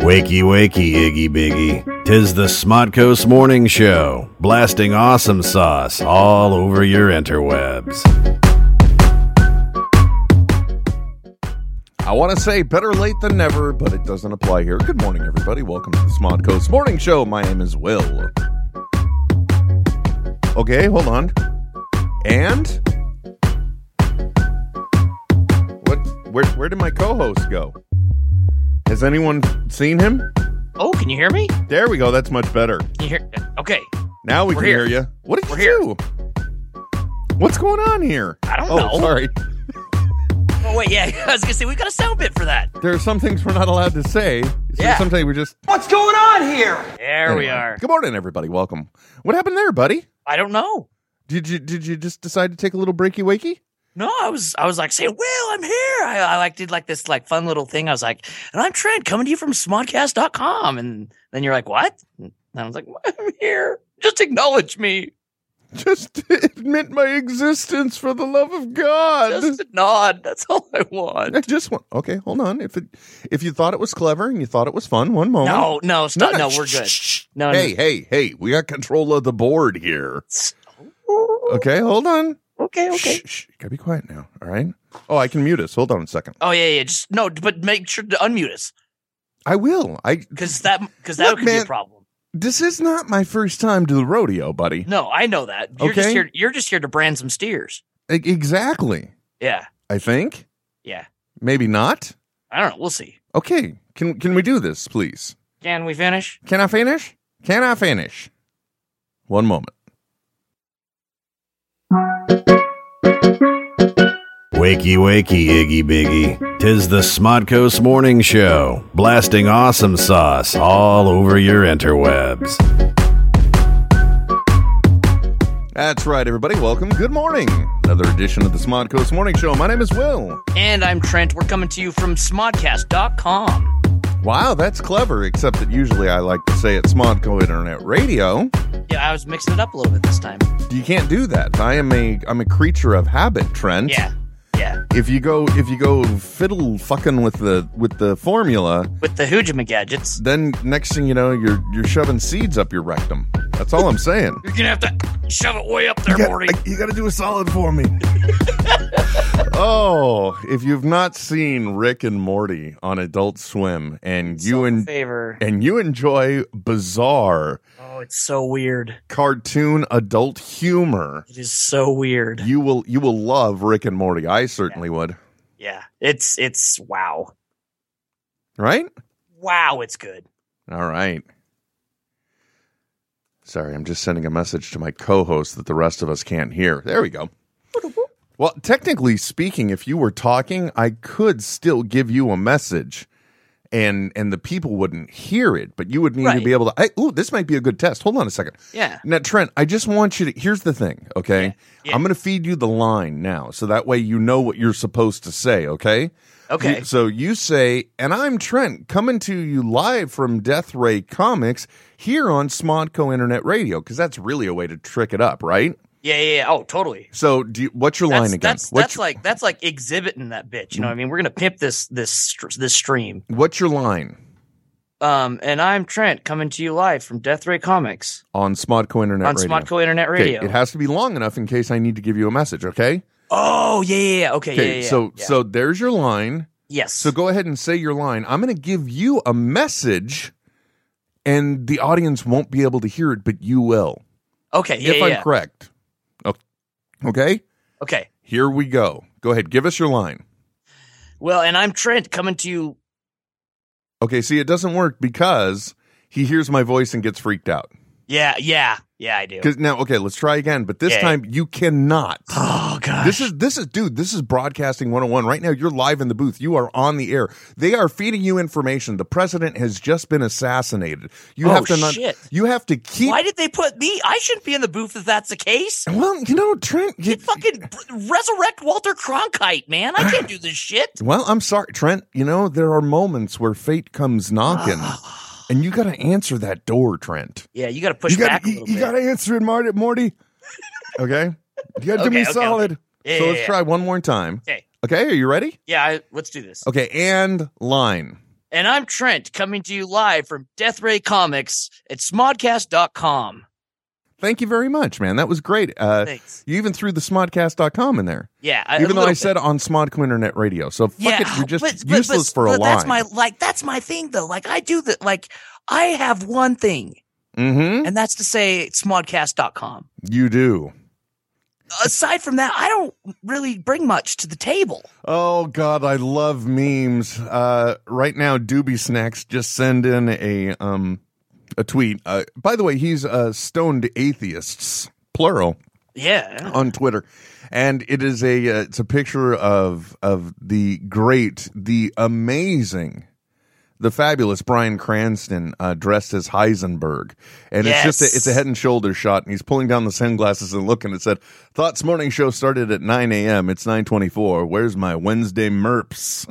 Wakey, wakey, Iggy Biggy. Tis the Smodcoast Morning Show, blasting awesome sauce all over your interwebs. I want to say better late than never, but it doesn't apply here. Good morning, everybody. Welcome to the Smod Coast Morning Show. My name is Will. Okay, hold on. And what? Where? Where did my co-host go? Has anyone seen him? Oh, can you hear me? Can There we go. That's much better. you hear? Okay, Now we We're can here. hear you. What did We're you here. do? What's going on here? I don't oh, know. Sorry. Oh wait, yeah. I was gonna say we got a sound bit for that. There are some things we're not allowed to say. So Yeah. Sometimes we just. What's going on here? There we are. Good morning, everybody. Welcome. What happened there, buddy? I don't know. Did you did you just decide to take a little breaky wakey? No, I was I was like saying, "Will, I'm here." I, I like did like this like fun little thing. I was like, "And I'm Trent, coming to you from smodcast.com." And then you're like, "What?" And I was like, "I'm here. Just acknowledge me. Just admit my existence for the love of God. Just a nod. That's all I I want." just want. Okay, hold on. If it, if you thought it was clever and you thought it was fun, one moment. No, no, stop. No, we're shh, good. shh, shh. No, no. Hey, hey, hey! We got control of the board here. Okay, hold on. Okay, okay. Shh, shh. You gotta be quiet now. All right. Oh, I can mute us. Hold on a second. Oh yeah, yeah. Just no, but make sure to unmute us I will. I. because that because that Look, could be a man. problem. This is not my first time to the rodeo, buddy. No, I know that. You're just Okay. here. You're just here to brand some steers. E- exactly. Yeah, I think. yeah. Maybe not. I don't know. We'll see. Okay. Can can we do this, please? Can we finish? Can I finish? Can I finish? One moment. Wakey, wakey, Iggy Biggy. Tis the Smodcoast Morning Show, blasting awesome sauce all over your interwebs. That's right, everybody. Welcome. Good morning. Another edition of the Smod Coast Morning Show. My name is Will. And I'm Trent. We're coming to you from smodcast.com. Wow, that's clever, except that usually I like to say it's Smodco Internet Radio. Yeah, I was mixing it up a little bit this time. You can't do that. I am a I'm a creature of habit, Trent. Yeah, yeah. If you go if you go fiddle fucking with the with the formula, With the Hoojima gadgets, then next thing you know, you're you're shoving seeds up your rectum. That's all I'm saying. you're gonna have to shove it way up there, Morty. you got to do a solid for me. oh, if you've not seen Rick and Morty on Adult Swim, and you Self a and favor. and you enjoy bizarre Oh, it's so weird. cartoon adult humor, It is so weird. you will you will love Rick and Morty. I certainly would. Yeah, it's it's wow, Right? wow. It's good. All right. Sorry, I'm just sending a message to my co-host that the rest of us can't hear. There we go. Well, technically speaking, if you were talking, I could still give you a message and and the people wouldn't hear it, but you would need to Right. be able to I, ooh, this might be a good test. Hold on a second. Yeah. Now, Trent, I just want you to here's the thing, okay? Yeah. I'm going to feed you the line now so that way you know what you're supposed to say, okay? Okay. You- so you say, and I'm Trent coming to you live from Death Ray Comics here on Smodco Internet Radio because that's really a way to trick it up, right? Yeah, yeah. yeah. Oh, totally. So do you, what's your line That's, again? that's, what's, that's like that's like exhibiting that bitch. You know what I mean? We're gonna pimp this this str- this stream. what's your line Um, and I'm Trent coming to you live from Death Ray Comics on Smodco Internet on Radio? Smodco Internet Okay, Radio. it has to be long enough in case I need to give you a message, okay? oh yeah, yeah, yeah. Okay, yeah, Okay, yeah, yeah. so Yeah. so there's your line. yes, So go ahead and say your line. I'm going to give you a message, and the audience won't be able to hear it, but you will. okay, yeah, if yeah, I'm yeah. correct. O- Okay, okay. here we go. Go ahead, give us your line. Well, and I'm Trent coming to you. Okay, see, it doesn't work because he hears my voice and gets freaked out. Yeah, yeah, yeah. I do. Because now, okay, let's try again. But this Yeah. time, you cannot. Oh god, This is this is dude. This is broadcasting 101. Right now, you're live in the booth. You are on the air. They are feeding you information. The president has just been assassinated. You Oh, have to not. shit. You have to keep. why did they put me? I shouldn't be in the booth if that's the case. Well, you know, Trent. you- You fucking br- resurrect Walter Cronkite, man. I can't do this shit. Well, I'm sorry, Trent. You know, there are moments where fate comes knocking, and you got to answer that door, Trent. Yeah, you got to push You got back a to little you bit. got to answer it, Marty. Morty. Okay, you got to do Okay, me okay, solid. Yeah, so yeah, let's yeah. try one more time. Okay. Okay, are you ready? Yeah, I, let's do this. Okay, and line. And I'm Trent coming to you live from Death Ray Comics at smodcast.com. Thank you very much, man. That was great. Uh, Thanks. you even threw the smodcast.com in there, Yeah. I- a even though little I bit. said on Smodco Internet Radio. So fuck it, you're just but- but- useless but- for a but That's line. my like that's my thing though. Like I do that like I have one thing, mm-hmm. and that's to say smodcast.com. You do. Aside from that, I don't really bring much to the table. Oh God, I love memes. Uh, right now, Doobie Snacks just send in a um a tweet. Uh, by the way, he's uh, stoned atheists plural Yeah. on Twitter, and it is a uh, it's a picture of of the great, the amazing. The fabulous Brian Cranston uh, dressed as Heisenberg, and it's just Yes. a, it's a head and shoulder shot, and he's pulling down the sunglasses and looking. It said, "Thoughts morning show started at nine a.m. It's nine twenty four. Where's my Wednesday merps?"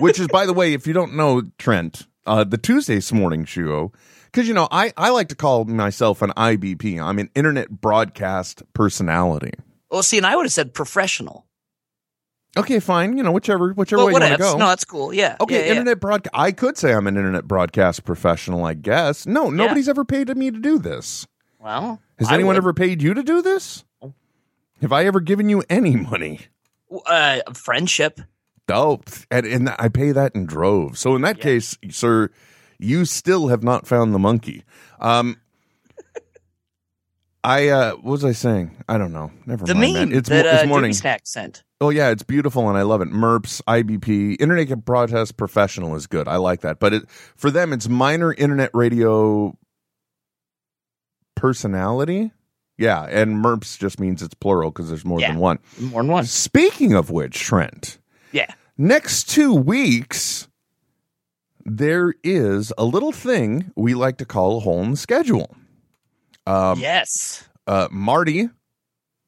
which is by the way if you don't know trent uh, the tuesday's morning show because you know I, I like to call myself an ibp i'm an internet broadcast personality well, see, and I would have said professional. okay fine you know whichever whichever But way what you want to ifs? go No, that's cool. Yeah. okay yeah, yeah. internet broadcast i could say i'm an internet broadcast professional i guess no nobody's ever paid me to do this Well, has I anyone would. ever paid you to do this have i ever given you any money uh, friendship. Oh, and, and I pay that in droves. So in that case, sir, you still have not found the monkey. Um, I uh, what was I saying? I don't know. Never The mind. man. meme It's, mo- that uh, it's morning. Doobie Snack sent. Oh yeah, it's beautiful and I love it. MERPs, IBP, Internet Broadcast Professional is good. I like that. But it, for them, it's minor internet radio personality. Yeah, and MERPs just means it's plural because there's more Yeah. than one. More than one. Speaking of which, Trent. Yeah. Next two weeks, there is a little thing we like to call a hole in the schedule. Um, yes. uh, Marty,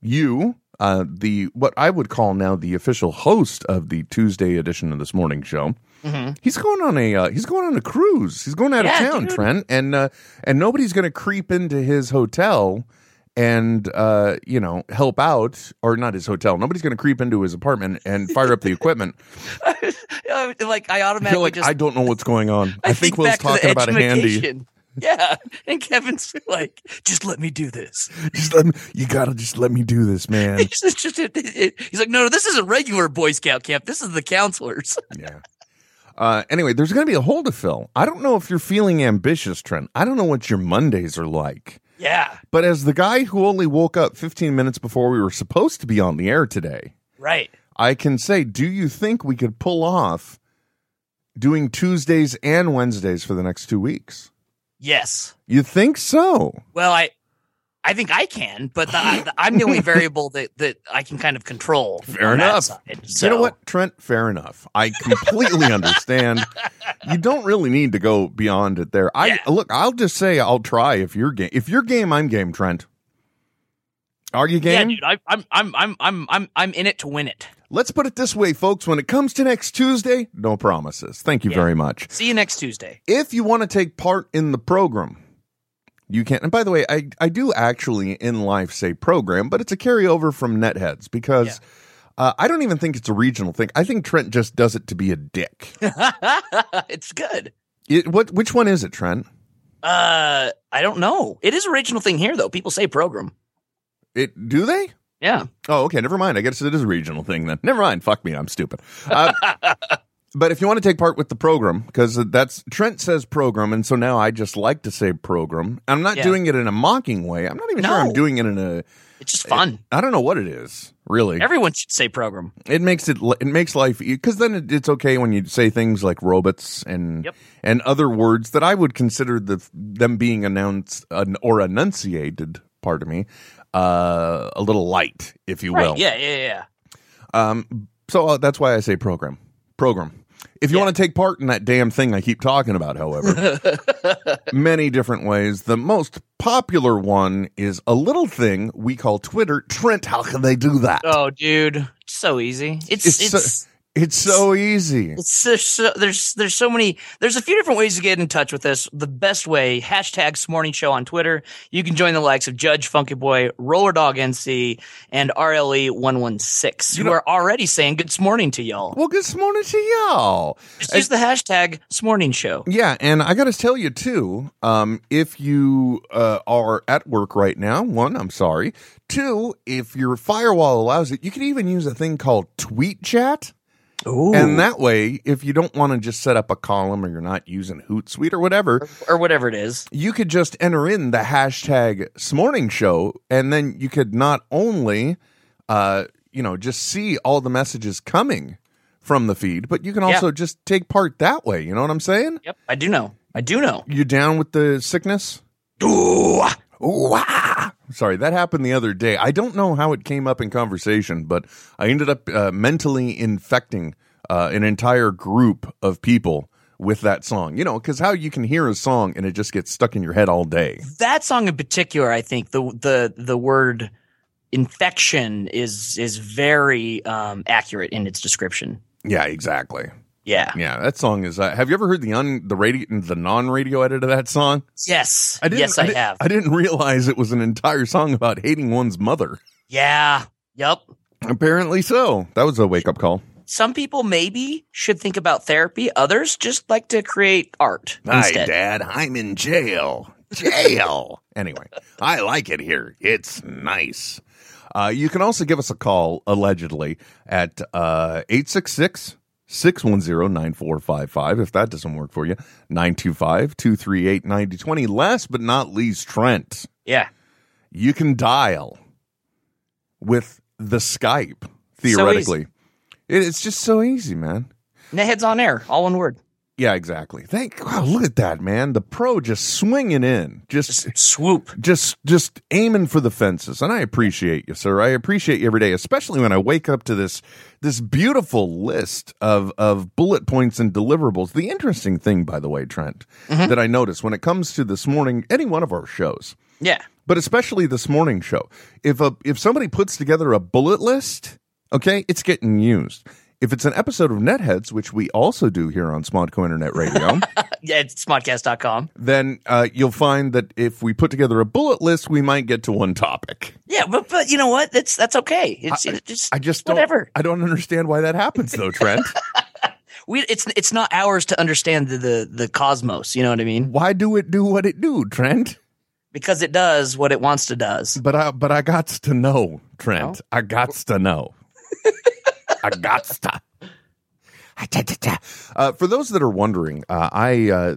you, uh, the what I would call now the official host of the Tuesday edition of this morning show. hmm He's going on a uh, he's going on a cruise. He's going out Yeah, of town, dude. Trent, and uh, and nobody's going to creep into his hotel and uh, you know help out or not his hotel. Nobody's going to creep into his apartment and fire up the equipment. Uh, like I automatically You're like, just I don't know what's going on. I, think, Will's back to the talking about a handy. edumacation. Yeah, and Kevin's like, just let me do this. Just let me, you gotta just let me do this, man. It's just- it- it- he's like, no, no, this isn't regular Boy Scout camp. This is the counselors. yeah. Uh, anyway, there's gonna be a hole to fill. I don't know if you're feeling ambitious, Trent. I don't know what your Mondays are like. Yeah, But as the guy who only woke up 15 minutes before we were supposed to be on the air today, right. I can say, do you think we could pull off doing Tuesdays and Wednesdays for the next two weeks? Yes. You think so? Well, I, I think I can, but the, I, I'm the only variable that that I can kind of control. Fair on that enough. side. You know So- what, Trent? Fair enough. I completely understand. You don't really need to go beyond it there. I Yeah. look. I'll just say I'll try if you're game. If you're game, I'm game, Trent. Are you Yeah, game? dude. I, I'm, I'm, I'm, I'm, I'm, I'm in it to win it. Let's put it this way, folks. When it comes to next Tuesday, no promises. Thank you Yeah. very much. See you next Tuesday. If you want to take part in the program, you can. And by the way, I I do actually in life say program, but it's a carryover from Netheads because. Uh, I don't even think it's a regional thing. I think Trent just does it to be a dick. it's good. It, what? Which one is it, Trent? Uh, I don't know. It is a regional thing here though. People say program. It do they? Yeah. Oh, okay. Never mind. I guess it is a regional thing then. Never mind. Fuck me. I'm stupid. Uh, but if you want to take part with the program, because that's Trent says program, and so now I just like to say program. I'm not Yeah. doing it in a mocking way. I'm not even sure I'm No. doing it in a. It's just fun. I don't know what it is really. Everyone should say program. it makes it li- it makes life because then it, it's okay when you say things like robots and Yep. and other words that I would consider the them being announced an, or enunciated. Pardon me, uh, a little light, if you will. Right. Yeah, yeah, yeah. Um, so uh, that's why I say program. Program. If you Yeah. want to take part in that damn thing I keep talking about, however, many different ways. The most popular one is a little thing we call Twitter. Trent, how can they do that? Oh, dude. So easy. It's It's it's, so- It's so easy. It's so, so, there's there's so many there's a few different ways to get in touch with us. The best way hashtag Morning Show on Twitter. You can join the likes of Judge Funky Boy, Roller Dog NC, and RLE one one six. You Who know- are already saying good morning to y'all. Well, good morning to y'all. Just use the hashtag Morning Show. Yeah, and I got to tell you too. Um, if you uh, are at work right now, one, I'm sorry. Two, if your firewall allows it, you can even use a thing called Tweet Chat, Ooh. and that way, if you don't want to just set up a column or you're not using Hootsuite or whatever, or whatever it is. you could just enter in the hashtag Smorning Show, and then you could not only, uh, you know, just see all the messages coming from the feed, but you can Yeah. also just take part that way. You know what I'm saying? Yep. I do know. I do know. You down with the sickness? Ooh. Ooh, ah. Sorry, that happened the other day. I don't know how it came up in conversation, but I ended up uh, mentally infecting uh, an entire group of people with that song. You know, because how you can hear a song and it just gets stuck in your head all day. That song in particular, I think the the the word infection is is very um, accurate in its description. Yeah, exactly. Yeah. Yeah, that song is. Uh, have you ever heard the un the radio the non radio edit of that song? Yes. yes, I didn't- have. I didn't realize it was an entire song about hating one's mother. yeah. Yep. Apparently, so that was a wake up call. Some people maybe should think about therapy. Others just like to create art instead. Dad, I'm in jail. Jail. anyway, I like it here. It's nice. Uh, you can also give us a call, allegedly, at uh, 866 610 9455. If that doesn't work for you, 925 238 9020. Last but not least, Trent, Yeah. you can dial with the Skype, theoretically. It- it's just so easy, man. Netheads on air, all one word. Yeah, exactly. Thank wow, look at that, man. The pro just swinging in. Just Swoop. just just aiming for the fences. And I appreciate you, sir. I appreciate you every day, especially when I wake up to this this beautiful list of of bullet points and deliverables. The interesting thing, by the way, Trent, that I noticed when it comes to this morning any one of our shows, Yeah. but especially this morning show. If a if somebody puts together a bullet list, okay, it's getting used. If it's an episode of Netheads, which we also do here on Smodco Internet Radio, Yeah, it's smodcast.com. then uh, you'll find that if we put together a bullet list, we might get to one topic. Yeah, but but you know what? That's that's okay. It's I- it just I just don't. whatever. I don't understand why that happens, though, Trent. We it's it's not ours to understand the, the the cosmos. You know what I mean? why do it do what it do, Trent? Because it does what it wants to does. But I but I got to know, Trent. I got to know. I got to. Uh, for those that are wondering, uh, I uh,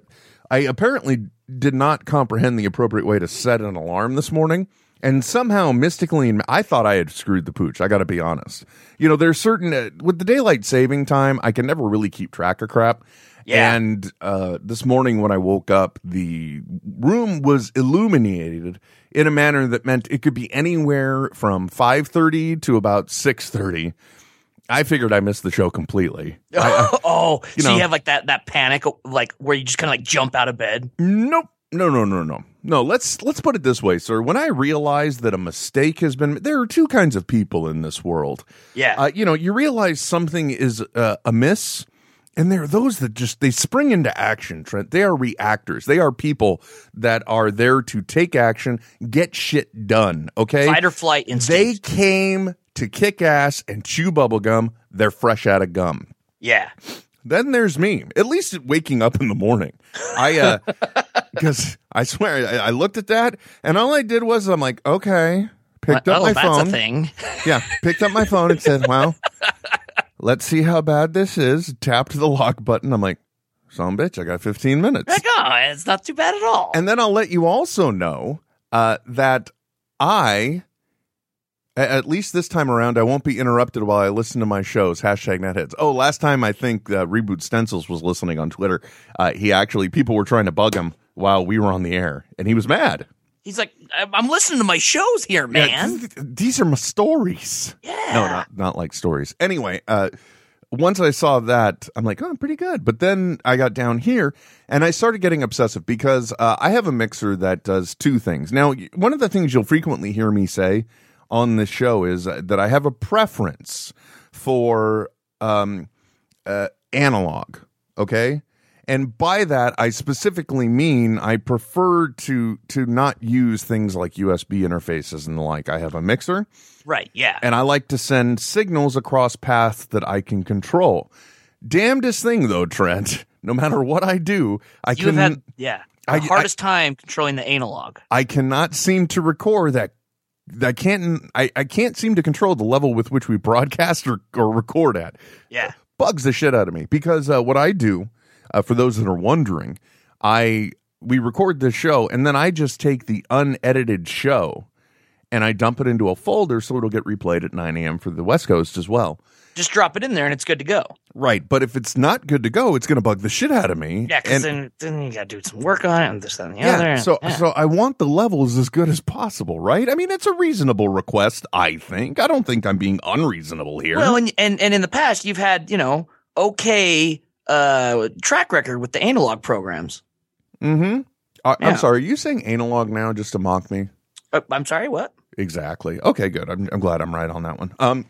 I apparently did not comprehend the appropriate way to set an alarm this morning, and somehow mystically, I thought I had screwed the pooch. I got to be honest. You know, there's certain uh, with the daylight saving time, I can never really keep track of crap. Yeah. And uh, this morning when I woke up, the room was illuminated in a manner that meant it could be anywhere from five thirty to about six thirty. I figured I missed the show completely. I, I- oh, you so know. you have like that that panic, like where you just kind of like jump out of bed. nope. No, no, no, no. No, let's let's put it this way, sir. When I realized that a mistake has been there are two kinds of people in this world. Yeah, Uh, you know, you realize something is uh, amiss, and there are those that just they spring into action, Trent. They are reactors. They are people that are there to take action, get shit done, okay? fight or flight they instinct. came to kick ass and chew bubble gum. They're fresh out of gum. yeah, Then there's me. At least waking up in the morning. I uh because I swear I, I looked at that and all I did was I'm like, okay, picked up oh, my that's phone. a thing. Yeah, picked up my phone and said, "Well, let's see how bad this is." Tapped the lock button. I'm like, "Son of a bitch, I got 15 minutes." Like, oh, it's not too bad at all. And then I'll let you also know uh, that I, a- at least this time around, I won't be interrupted while I listen to my shows. Hashtag netheads. Oh, last time I think uh, Reboot Stencils was listening on Twitter. Uh, he actually, people were trying to bug him while we were on the air, and he was mad. He's like, I'm I'm listening to my shows here, Yeah, man. th- th- these are my stories. Yeah, No, not not like stories. Anyway, uh, once I saw that, I'm like, oh, I'm pretty good. But then I got down here and I started getting obsessive because uh, I have a mixer that does two things. Now, y- one of the things you'll frequently hear me say on this show is uh, that I have a preference for um, uh, analog. Okay. And by that, I specifically mean I prefer to to not use things like USB interfaces and the like. I have a mixer, Right. Yeah. and I like to send signals across paths that I can control. Damnedest thing, though, Trent. No matter what I do, I You've can had yeah the I- I- hardest time controlling the analog. I cannot seem to record that. I can't. I, I can't seem to control the level with which we broadcast or, or record at. Yeah. bugs the shit out of me because uh, what I do, uh, for those that are wondering, I we record this show and then I just take the unedited show and I dump it into a folder so it'll get replayed at 9 a.m. for the West Coast as well. Just drop it in there and it's good to go. Right, but if it's not good to go, it's going to bug the shit out of me. Yeah, because And- then, then you got to do some work on it and this that, and the yeah, other. and- so yeah. so I want the levels as good as possible, right? I mean, it's a reasonable request, I think. I don't think I'm being unreasonable here. well, and, and and in the past you've had you know okay uh track record with the analog programs. mm-hmm. I, Yeah. I'm sorry. Are you saying analog now just to mock me? Uh, I'm sorry, what? Exactly. Okay, good. I'm, I'm glad I'm right on that one. Um,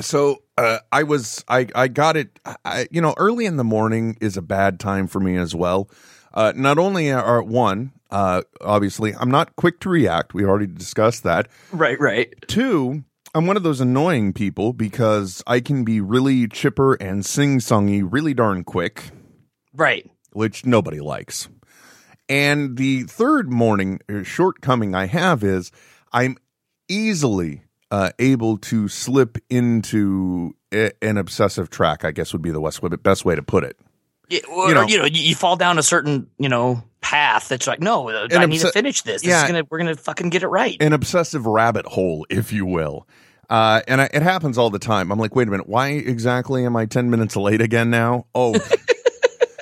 so uh, I was I I got it. I you know early in the morning is a bad time for me as well. Uh, not only are one, uh, obviously I'm not quick to react. We already discussed that. Right, right. Two, I'm one of those annoying people because I can be really chipper and sing songy really darn quick Right. which nobody likes. And the third morning uh, shortcoming I have is I'm easily uh, able to slip into a- an obsessive track, I guess would be the West best way to put it. Yeah, or, You you know. know, you, you fall down a certain you know path that's like no, uh, I I'm need so- to finish this. This yeah. is gonna we're gonna fucking get it right. An obsessive rabbit hole, if you will. Uh, and I, it happens all the time. I'm like, wait a minute, why exactly am I 10 minutes late again now? Oh,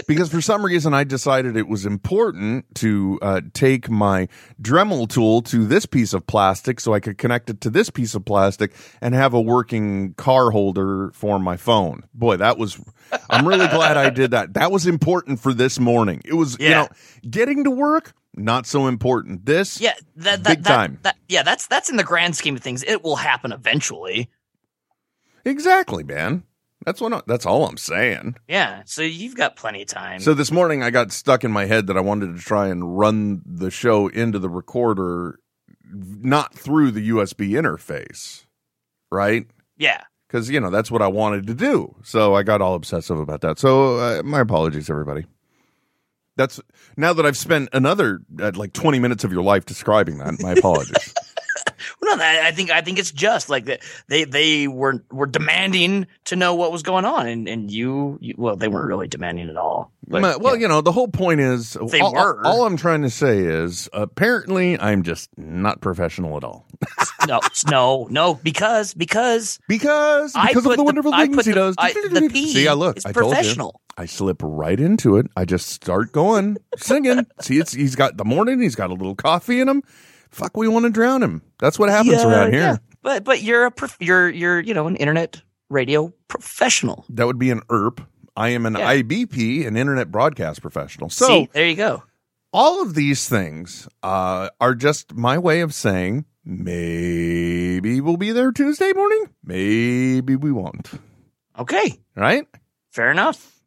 because for some reason I decided it was important to uh, take my Dremel tool to this piece of plastic so I could connect it to this piece of plastic and have a working car holder for my phone. Boy, that was, I'm really glad I did that. That was important for this morning. It was, you Yeah. know, getting to work, not so important. This, yeah, that, that, Big that, time. that- yeah, that's that's in the grand scheme of things. It will happen eventually. Exactly, man. That's what. I, that's all I'm saying. Yeah, so you've got plenty of time. So this morning I got stuck in my head that I wanted to try and run the show into the recorder, not through the USB interface, right? yeah, Because you know that's what I wanted to do. So I got all obsessive about that. So uh, my apologies, everybody. That's now that I've spent another uh, like 20 minutes of your life describing that. My apologies. Well, no, I I think I think it's just like that. They they were were demanding to know what was going on, and and you, you well, they weren't really demanding at all. But, My- well, yeah. you know, the whole point is They all, were. all I'm trying to say is apparently I'm just not professional at all. no, it's- no, no, because because Because I because of put the wonderful I things put he the- does. I, the P See, I look, is I told you. professional. I slip right into it. I just start going singing. See, it's he's got the morning. He's got a little coffee in him. Fuck, we want to drown him. That's what happens Yeah, around here. yeah. But but you're a prof- you're you're you know an internet radio professional. That would be an ERP. I am an Yeah. IBP, an internet broadcast professional. So See, there you go. all of these things uh, are just my way of saying maybe we'll be there Tuesday morning. Maybe we won't. Okay, Right? fair enough.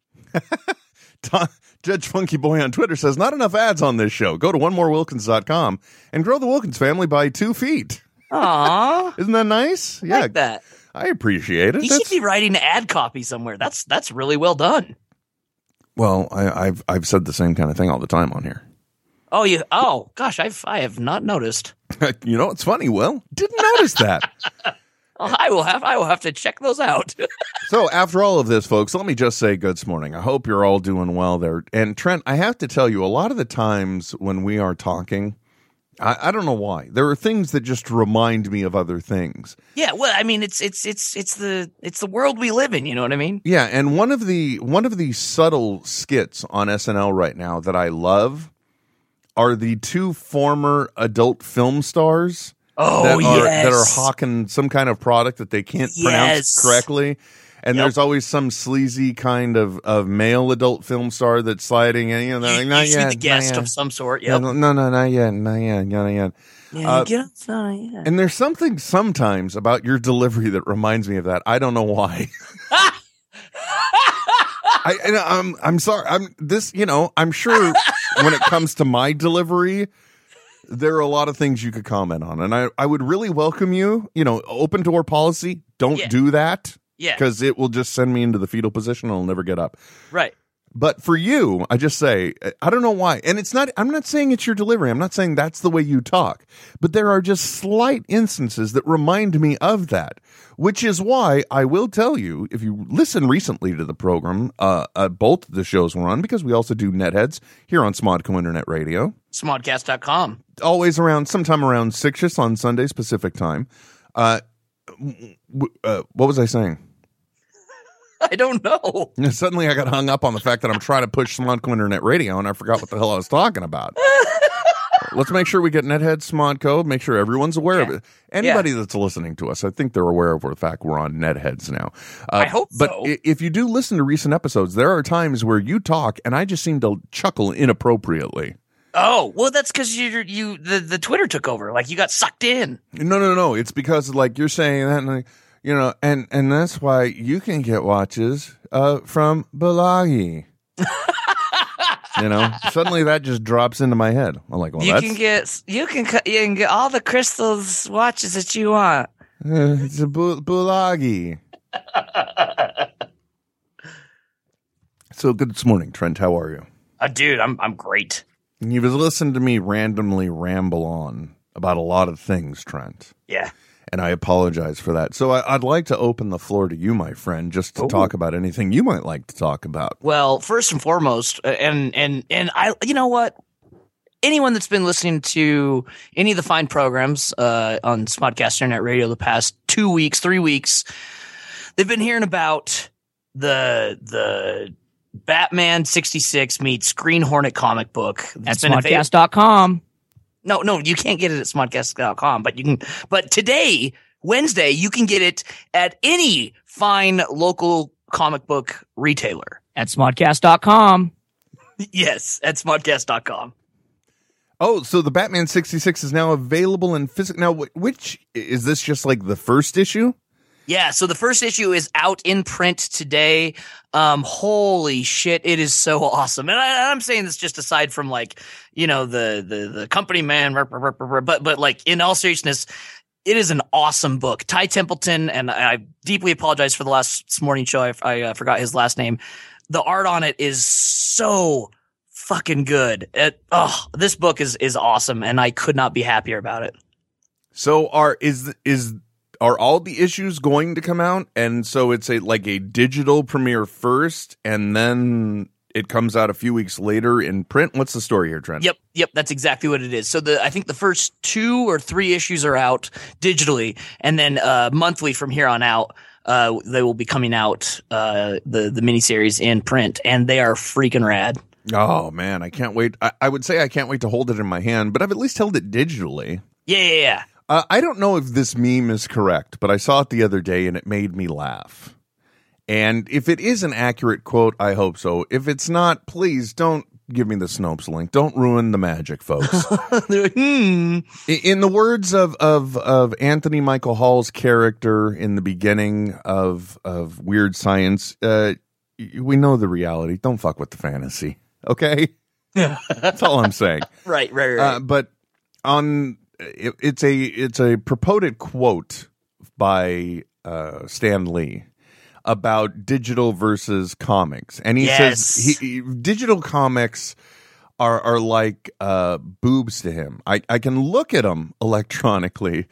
Tom, Judge Funky Boy on Twitter says, not enough ads on this show. Go to onemorewilkins.com and grow the Wilkins family by two feet. Aw, Isn't that nice? Yeah, like that. I appreciate it. He That's- should be writing an ad copy somewhere. That's that's really well done. well, I, I've I've said the same kind of thing all the time on here. Oh, you. Oh, gosh, I've I have not noticed. you know, it's funny. Well, didn't notice that. Oh, I will have I will have to check those out. So, after all of this, folks, let me just say good morning. I hope you're all doing well there. And, Trent, I have to tell you, a lot of the times when we are talking, I, I don't know why. There are things that just remind me of other things. yeah, well, I mean, it's it's it's it's the it's the world we live in. You know what I mean? Yeah, and one of the one of the subtle skits on SNL right now that I love are the two former adult film stars Oh that are yes, that are hawking some kind of product that they can't pronounce Yes. correctly. And Yep. there's always some sleazy kind of, of male adult film star that's sliding in. You know, they're like, You- not usually yet, the guest not of yet. some sort. Yeah, uh, Yep. No, no, not yet, not yet, not yet. Yeah, uh, get outside, yeah. And there's something sometimes about your delivery that reminds me of that. I don't know why. I, and I'm I'm sorry. I'm this. You know, I'm sure when it comes to my delivery, there are a lot of things you could comment on, and I I would really welcome you. You know, open door policy. Don't Yeah. do that Yeah, because it will just send me into the fetal position. and I'll never get up. right. But for you, I just say I don't know why, and it's not. I'm not saying it's your delivery. I'm not saying that's the way you talk. But there are just slight instances that remind me of that, which is why I will tell you if you listen recently to the program, uh, uh both the shows we're on because we also do netheads here on Smodco Internet Radio Smodcast.com. always around sometime around six-ish on Sundays Pacific time. Uh, w- uh, what was I saying? I don't know. And suddenly I got hung up on the fact that I'm trying to push Smodco Internet Radio and I forgot what the hell I was talking about. Let's make sure we get Nethead Smodco, make sure everyone's aware of Yeah. it. Anybody that's listening to us, I think they're aware of the fact we're on Netheads now. Uh, I hope but so. i- if you do listen to recent episodes, there are times where you talk and I just seem to chuckle inappropriately. Oh, well, that's because you you the, the Twitter took over. Like you got sucked in. No, no, no. It's because like you're saying that, and like, you know, and and that's why you can get watches uh, from Balagi. you know, suddenly that just drops into my head. I'm like, well, you that's can get you can cut- you can get all the crystals watches that you want. uh, it's a Bu- Balagi. so good this morning, Trent. How are you? Uh, dude, I'm I'm great. You've listened to me randomly ramble on about a lot of things, Trent. Yeah. and I apologize for that. So I, I'd like to open the floor to you, my friend, just to Ooh. talk about anything you might like to talk about. Well, first and foremost, uh, and and and I, you know what? Anyone that's been listening to any of the fine programs uh, on Smodcast Internet Radio the past two weeks, three weeks, they've been hearing about the the Batman sixty six meets Green Hornet comic book. at that's been available- smodcast.com. No, no, you can't get it at smodcast.com, but you can, but today, Wednesday, you can get it at any fine local comic book retailer. At smodcast.com. Yes, at smodcast.com. Oh, so the Batman 66 is now available in physical. Now, wh- which is this just like the first issue? Yeah, so the first issue is out in print today. Um, holy shit, it is so awesome. And I, and I'm saying this just aside from like, you know, the the the company man, rah, rah, rah, rah, rah, but but like in all seriousness, it is an awesome book. Ty Templeton, and I I deeply apologize for the last this morning show. I, I uh, forgot his last name. The art on it is so fucking good. It, oh, this book is is awesome, and I could not be happier about it. So are is is are all the issues going to come out? And so it's a like a digital premiere first, and then it comes out a few weeks later in print. What's the story here, Trent? Yep, yep, that's exactly what it is. So the I think the first two or three issues are out digitally, and then uh, monthly from here on out, uh, they will be coming out uh, the the miniseries in print, and they are freaking rad. Oh man, I can't wait. I, I would say I can't wait to hold it in my hand, but I've at least held it digitally. Yeah, yeah, yeah. Uh, I don't know if this meme is correct, but I saw it the other day and it made me laugh. And if it is an accurate quote, I hope so. If it's not, please don't give me the Snopes link. Don't ruin the magic, folks. They're like, hmm. I- in the words of, of of Anthony Michael Hall's character in the beginning of of Weird Science, uh, y- we know the reality. Don't fuck with the fantasy, okay? That's all I'm saying. Right, right, right. Uh, but on it, it's a it's a purported quote by uh, Stan Lee about digital versus comics, and he says Yes. he, he- digital comics are are like uh, boobs to him. I I can look at them electronically,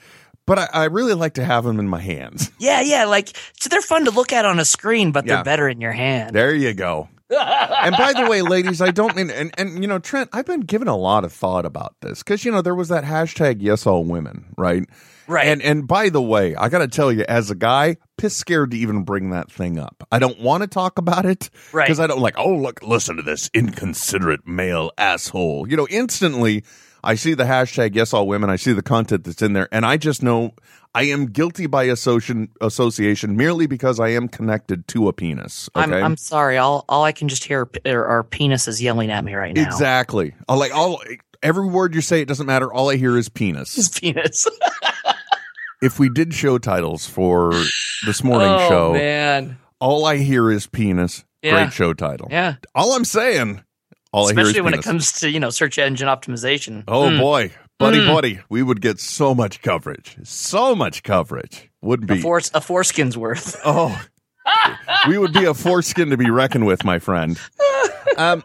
but I, I really like to have them in my hands. yeah, yeah. Like so, they're fun to look at on a screen, but Yeah. they're better in your hand. There you go. and by the way, ladies, I don't mean and, and you know, Trent, I've been giving a lot of thought about this because you know there was that hashtag yes all women, right? Right. And and by the way, I gotta tell you, as a guy, piss scared to even bring that thing up. I don't want to talk about it Right. because I don't like. Oh look, listen to this inconsiderate male asshole. You know, instantly I see the hashtag yes all women. I see the content that's in there, and I just know I am guilty by association association merely because I am connected to a penis. Okay? I'm I'm sorry. All all I can just hear are, p- are, are penises yelling at me right now. Exactly. i like all every word you say, it doesn't matter. All I hear is penis. Just penis. if we did show titles for this morning oh show, man. all I hear is penis. Yeah. Great show title. Yeah. All I'm saying, all I Especially hear is when penis. it comes to, you know, search engine optimization. Oh Mm. boy, buddy, Mm. buddy, we would get so much coverage, so much coverage. Wouldn't A, be force, a foreskin's worth. oh, we would be a foreskin to be reckoned with, my friend. Um.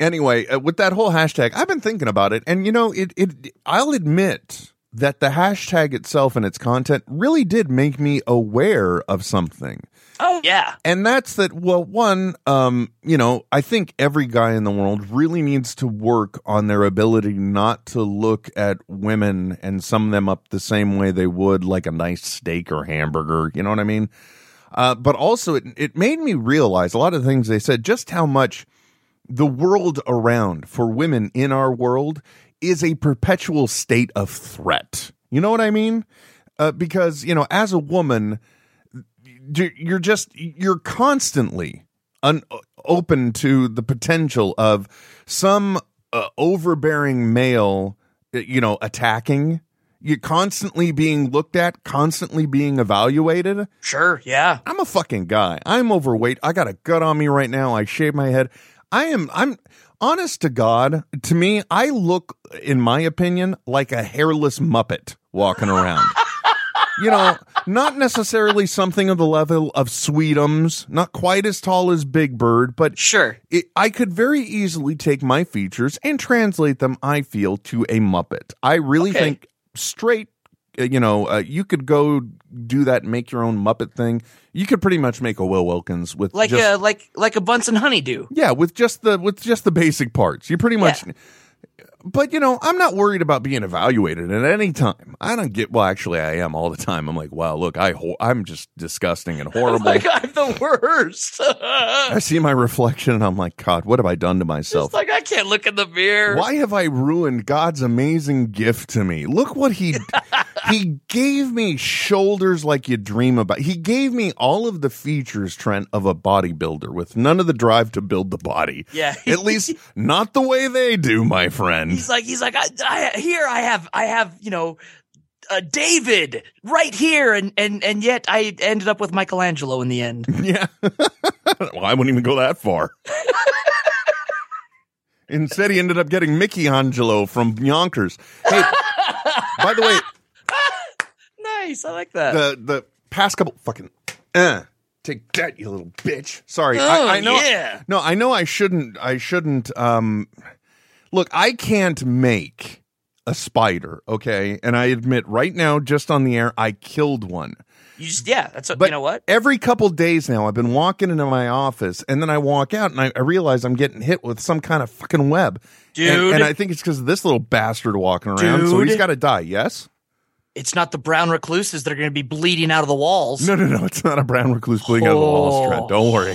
Anyway, uh, with that whole hashtag, I've been thinking about it, and you know, it it I'll admit that the hashtag itself and its content really did make me aware of something Oh, yeah. and that's that well one um you know i think every guy in the world really needs to work on their ability not to look at women and sum them up the same way they would like a nice steak or hamburger you know what i mean uh, but also it, it made me realize a lot of the things they said just how much the world around for women in our world is a perpetual state of threat you know what i mean uh, because you know as a woman you're you're just you're constantly un- open to the potential of some uh, overbearing male uh, you know attacking you're constantly being looked at constantly being evaluated Sure. Yeah. i'm a fucking guy i'm overweight i got a gut on me right now i shave my head i am i'm honest to god to me i look in my opinion like a hairless muppet walking around you know, not necessarily something of the level of Sweetums, not quite as tall as Big Bird, but Sure. it, I could very easily take my features and translate them, I feel, to a Muppet. I really Okay. think straight, uh, you know, uh, you could go do that, make your own Muppet thing. You could pretty much make a Will Wilkins with Like just, a like like a Bunsen honeydew. yeah, with just the with just the basic parts. You pretty much But you know, I'm not worried about being evaluated at any time. I don't get well actually I am all the time. I'm like, wow, look, I ho- I'm just disgusting Oh and horrible. Like I'm the worst. I see my reflection and I'm like, god, what have I done to myself? It's like I can't look in the mirror. Why have I ruined God's amazing gift to me? Look what he he gave me shoulders like you dream about. He gave me all of the features Trent of a bodybuilder with none of the drive to build the body. Yeah. At least not the way they do, my friend. He's like he's like I, I here I have I have you know uh, David right here and and and yet I ended up with Michelangelo in the end. Yeah. well, I wouldn't even go that far. Instead, he ended up getting Mickey Angelo from Yonkers. Hey, by the way, nice, I like that. the the past couple fucking uh, take that, you little bitch. Sorry, I, I know. Oh, yeah. No, I know I shouldn't. I shouldn't. Um, look, I can't make a spider. Okay, and I admit right now, just on the air, I killed one. You just yeah. That's what But- you know. What every couple days now i've been walking into my office and then i walk out and i, I realize i'm getting hit with some kind of fucking web Dude. and, and i think it's because of this little bastard walking around so he's Dude. got to die yes it's not the brown recluses that are going to be bleeding out of the walls. no no no it's not a brown recluse bleeding out of the walls trent don't worry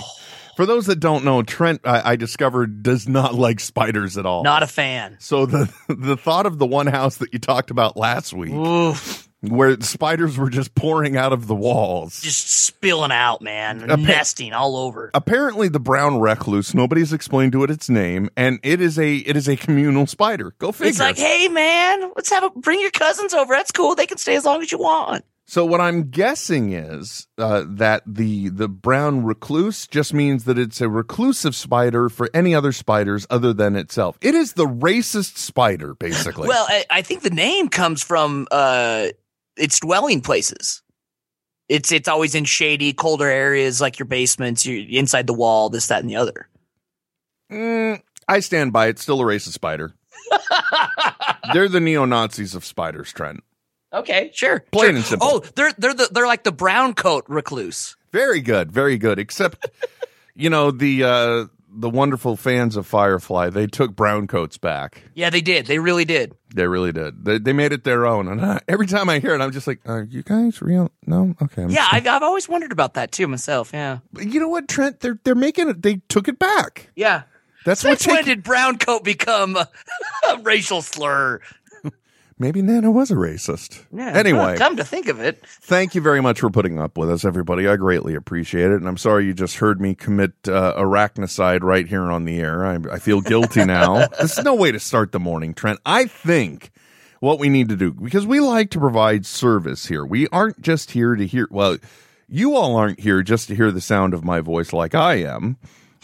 for those that don't know trent i, I discovered does not like spiders at all Not a fan. so the the thought of the one house that you talked about last week Oof, where spiders were just pouring out of the walls just spilling out, man. pa- Nesting all over. apparently the brown recluse nobody's explained to it its name and it is a it is a communal spider go figure It's like, hey man, let's have a bring your cousins over. That's cool. They can stay as long as you want. so what i'm guessing is uh, that the the brown recluse just means that it's a reclusive spider for any other spiders other than itself it is the racist spider basically well, I, I think the name comes from uh, its dwelling places. It's it's always in shady, colder areas like your basements, your inside the wall, this, that, and the other. Mm, i stand by it's still a racist spider they're the neo-nazis of spiders trent okay, sure. Plain sure. and simple. Oh, they're they're the, they're like the brown coat recluse. Very good, very good. Except, you know the uh, the wonderful fans of Firefly, they took brown coats back. Yeah, they did. They really did. They really did. They, they made it their own. And uh, every time I hear it, I'm just like, "Are you guys real? No, okay." I'm Yeah, I've, I've always wondered about that too myself. Yeah, But you know what, Trent? They're they're making it. They took it back. yeah. That's what. Since when Take, did brown coat become a, a racial slur? maybe Nana was a racist. Yeah, anyway, come to think of it, thank you very much for putting up with us, everybody. I greatly appreciate it, and I'm sorry you just heard me commit uh, arachnocide right here on the air. I, I feel guilty now. this is no way to start the morning, Trent. I think what we need to do because we like to provide service here. We aren't just here to hear. Well, You all aren't here just to hear the sound of my voice like I am.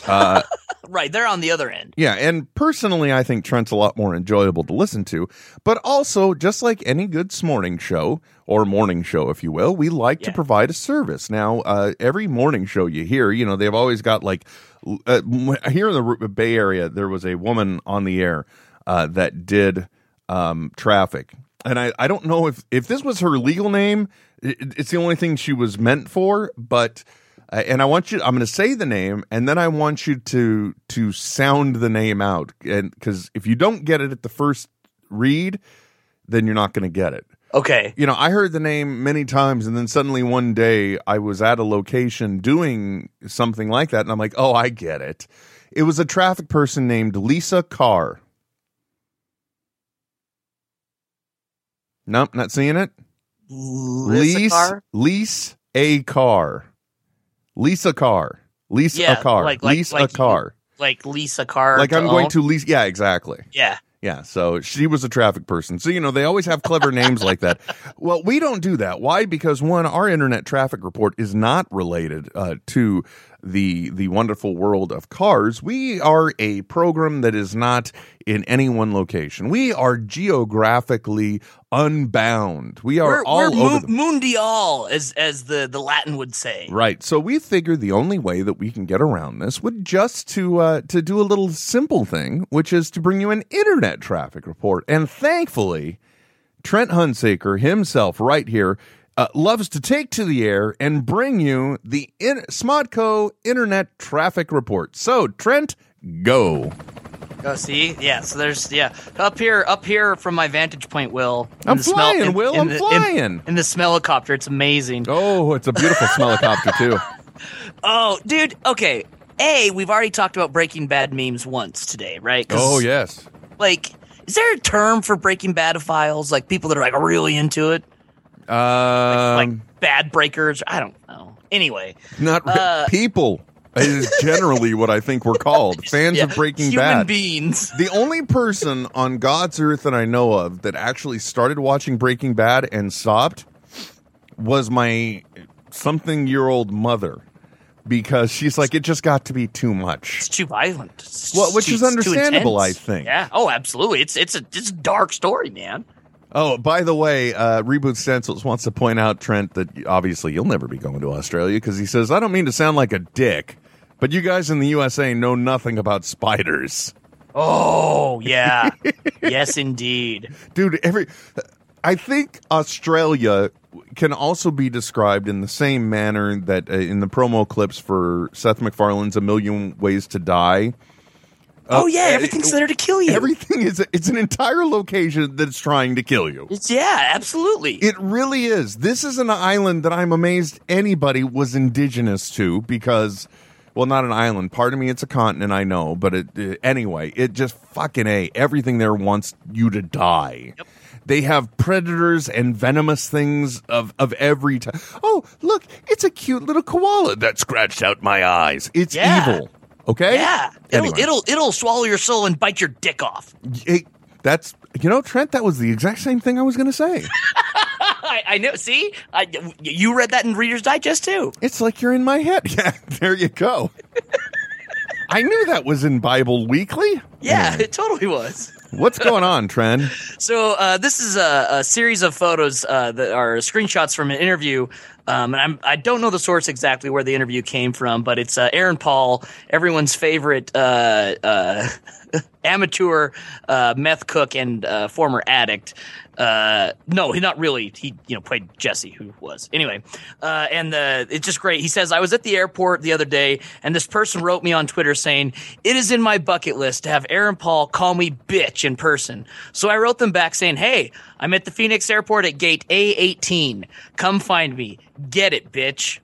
Uh, Right, they're on the other end. yeah, and personally, I think Trent's a lot more enjoyable to listen to. But also, just like any good morning show or morning show, if you will, we like to Yeah. provide a service. Now, uh, every morning show you hear, you know, they've always got like l- uh, m- here in the R- Bay Area, there was a woman on the air uh, that did um, traffic. And I, I don't know if, if this was her legal name. It, it's the only thing she was meant for. But uh, and I want you. I'm going to say the name, and then I want you to to sound the name out. And because if you don't get it at the first read, then you're not going to get it Okay. you know, I heard the name many times, and then suddenly one day I was at a location doing something like that, and I'm like, oh, I get it. It was a traffic person named Lisa Carr. Nope, not seeing it. Lisa Carr? lease a car. Lisa Carr. Lisa Yeah, a car. like- like- lease like a car. Like Lisa Carr. Like I'm going own? to lease. Yeah, exactly. Yeah. Yeah, so she was a traffic person. So, you know, they always have clever names like that. Well, we don't do that. Why? Because one, our internet traffic report is not related uh, to the the wonderful world of cars. We are a program that is not in any one location. We are geographically unbound. We are We're, all we're over mu- the mundial, as as the, the Latin would say. Right. So we figured the only way that we can get around this would just to uh, to do a little simple thing, which is to bring you an internet traffic report. And thankfully, Trent Hunsaker himself, right here, uh, loves to take to the air and bring you the in- Smodco Internet Traffic Report. So Trent, go. Oh, see, yeah. So there's yeah up here, up here from my vantage point, Will. in I'm the smell- flying, in- Will. in I'm the- in- flying. In, the smell helicopter, it's amazing. Oh. Oh, it's a beautiful smellicopter too. dude. Okay. A, we've already talked about Breaking Bad memes once today, right? 'Cause, Oh yes. Like, is there a term for Breaking Bad files? Like people that are like really into it, like Um, bad breakers. I don't know. Anyway, not re- uh, people is generally what I think we're called. Fans yeah, of Breaking human Bad. beings. The only person on God's earth that I know of that actually started watching Breaking Bad and stopped was my something year old mother because she's like, it just got to be too much. It's too violent. It's Well, which too- is it's too understandable, intense. I think. Yeah. Oh, absolutely. It's it's a it's a dark story, man. Oh, by the way, uh, Reboot Stencils wants to point out, Trent, that obviously you'll never be going to Australia because he says, I don't mean to sound like a dick, but you guys in the USA know nothing about spiders. Oh yeah, yes indeed. dude every i think australia can also be described in the same manner that uh, in the promo clips for seth macfarlane's a million ways to die Uh, oh yeah, everything's there to kill you. everything is it's an entire location that's trying to kill you It's- yeah, absolutely. it really is this is an island that i'm amazed anybody was indigenous to because well not an island part of me it's a continent i know but it, uh, anyway it just fucking a everything there wants you to die They have predators and venomous things of, of every type. Oh, look, it's a cute little koala that scratched out my eyes. It's Yeah. evil. Okay? yeah, it'll Anyway. it'll it'll swallow your soul and bite your dick off. It- that's, you know, Trent, that was the exact same thing I was going to say. I, I know. See, I, you read that in Reader's Digest too. it's like you're in my head. Yeah, there you go. I knew that was in Bible Weekly. Yeah, Anyway, it totally was. what's going on, Oh, Trent? So uh, this is a, a series of photos uh, that are screenshots from an interview, um, and I'm, I don't know the source exactly where the interview came from, but it's uh, Aaron Paul, everyone's favorite uh, uh, amateur uh, meth cook and uh, former addict. Uh, no, he not really. He you know played Jesse, who was anyway. Uh, and the it's just great. He says I was at the airport the other day, and this person wrote me on Twitter saying it is in my bucket list to have Aaron Paul call me bitch in person. So I wrote them back saying, Hey, I'm at the Phoenix airport at gate A18. Come find me. Get it, bitch.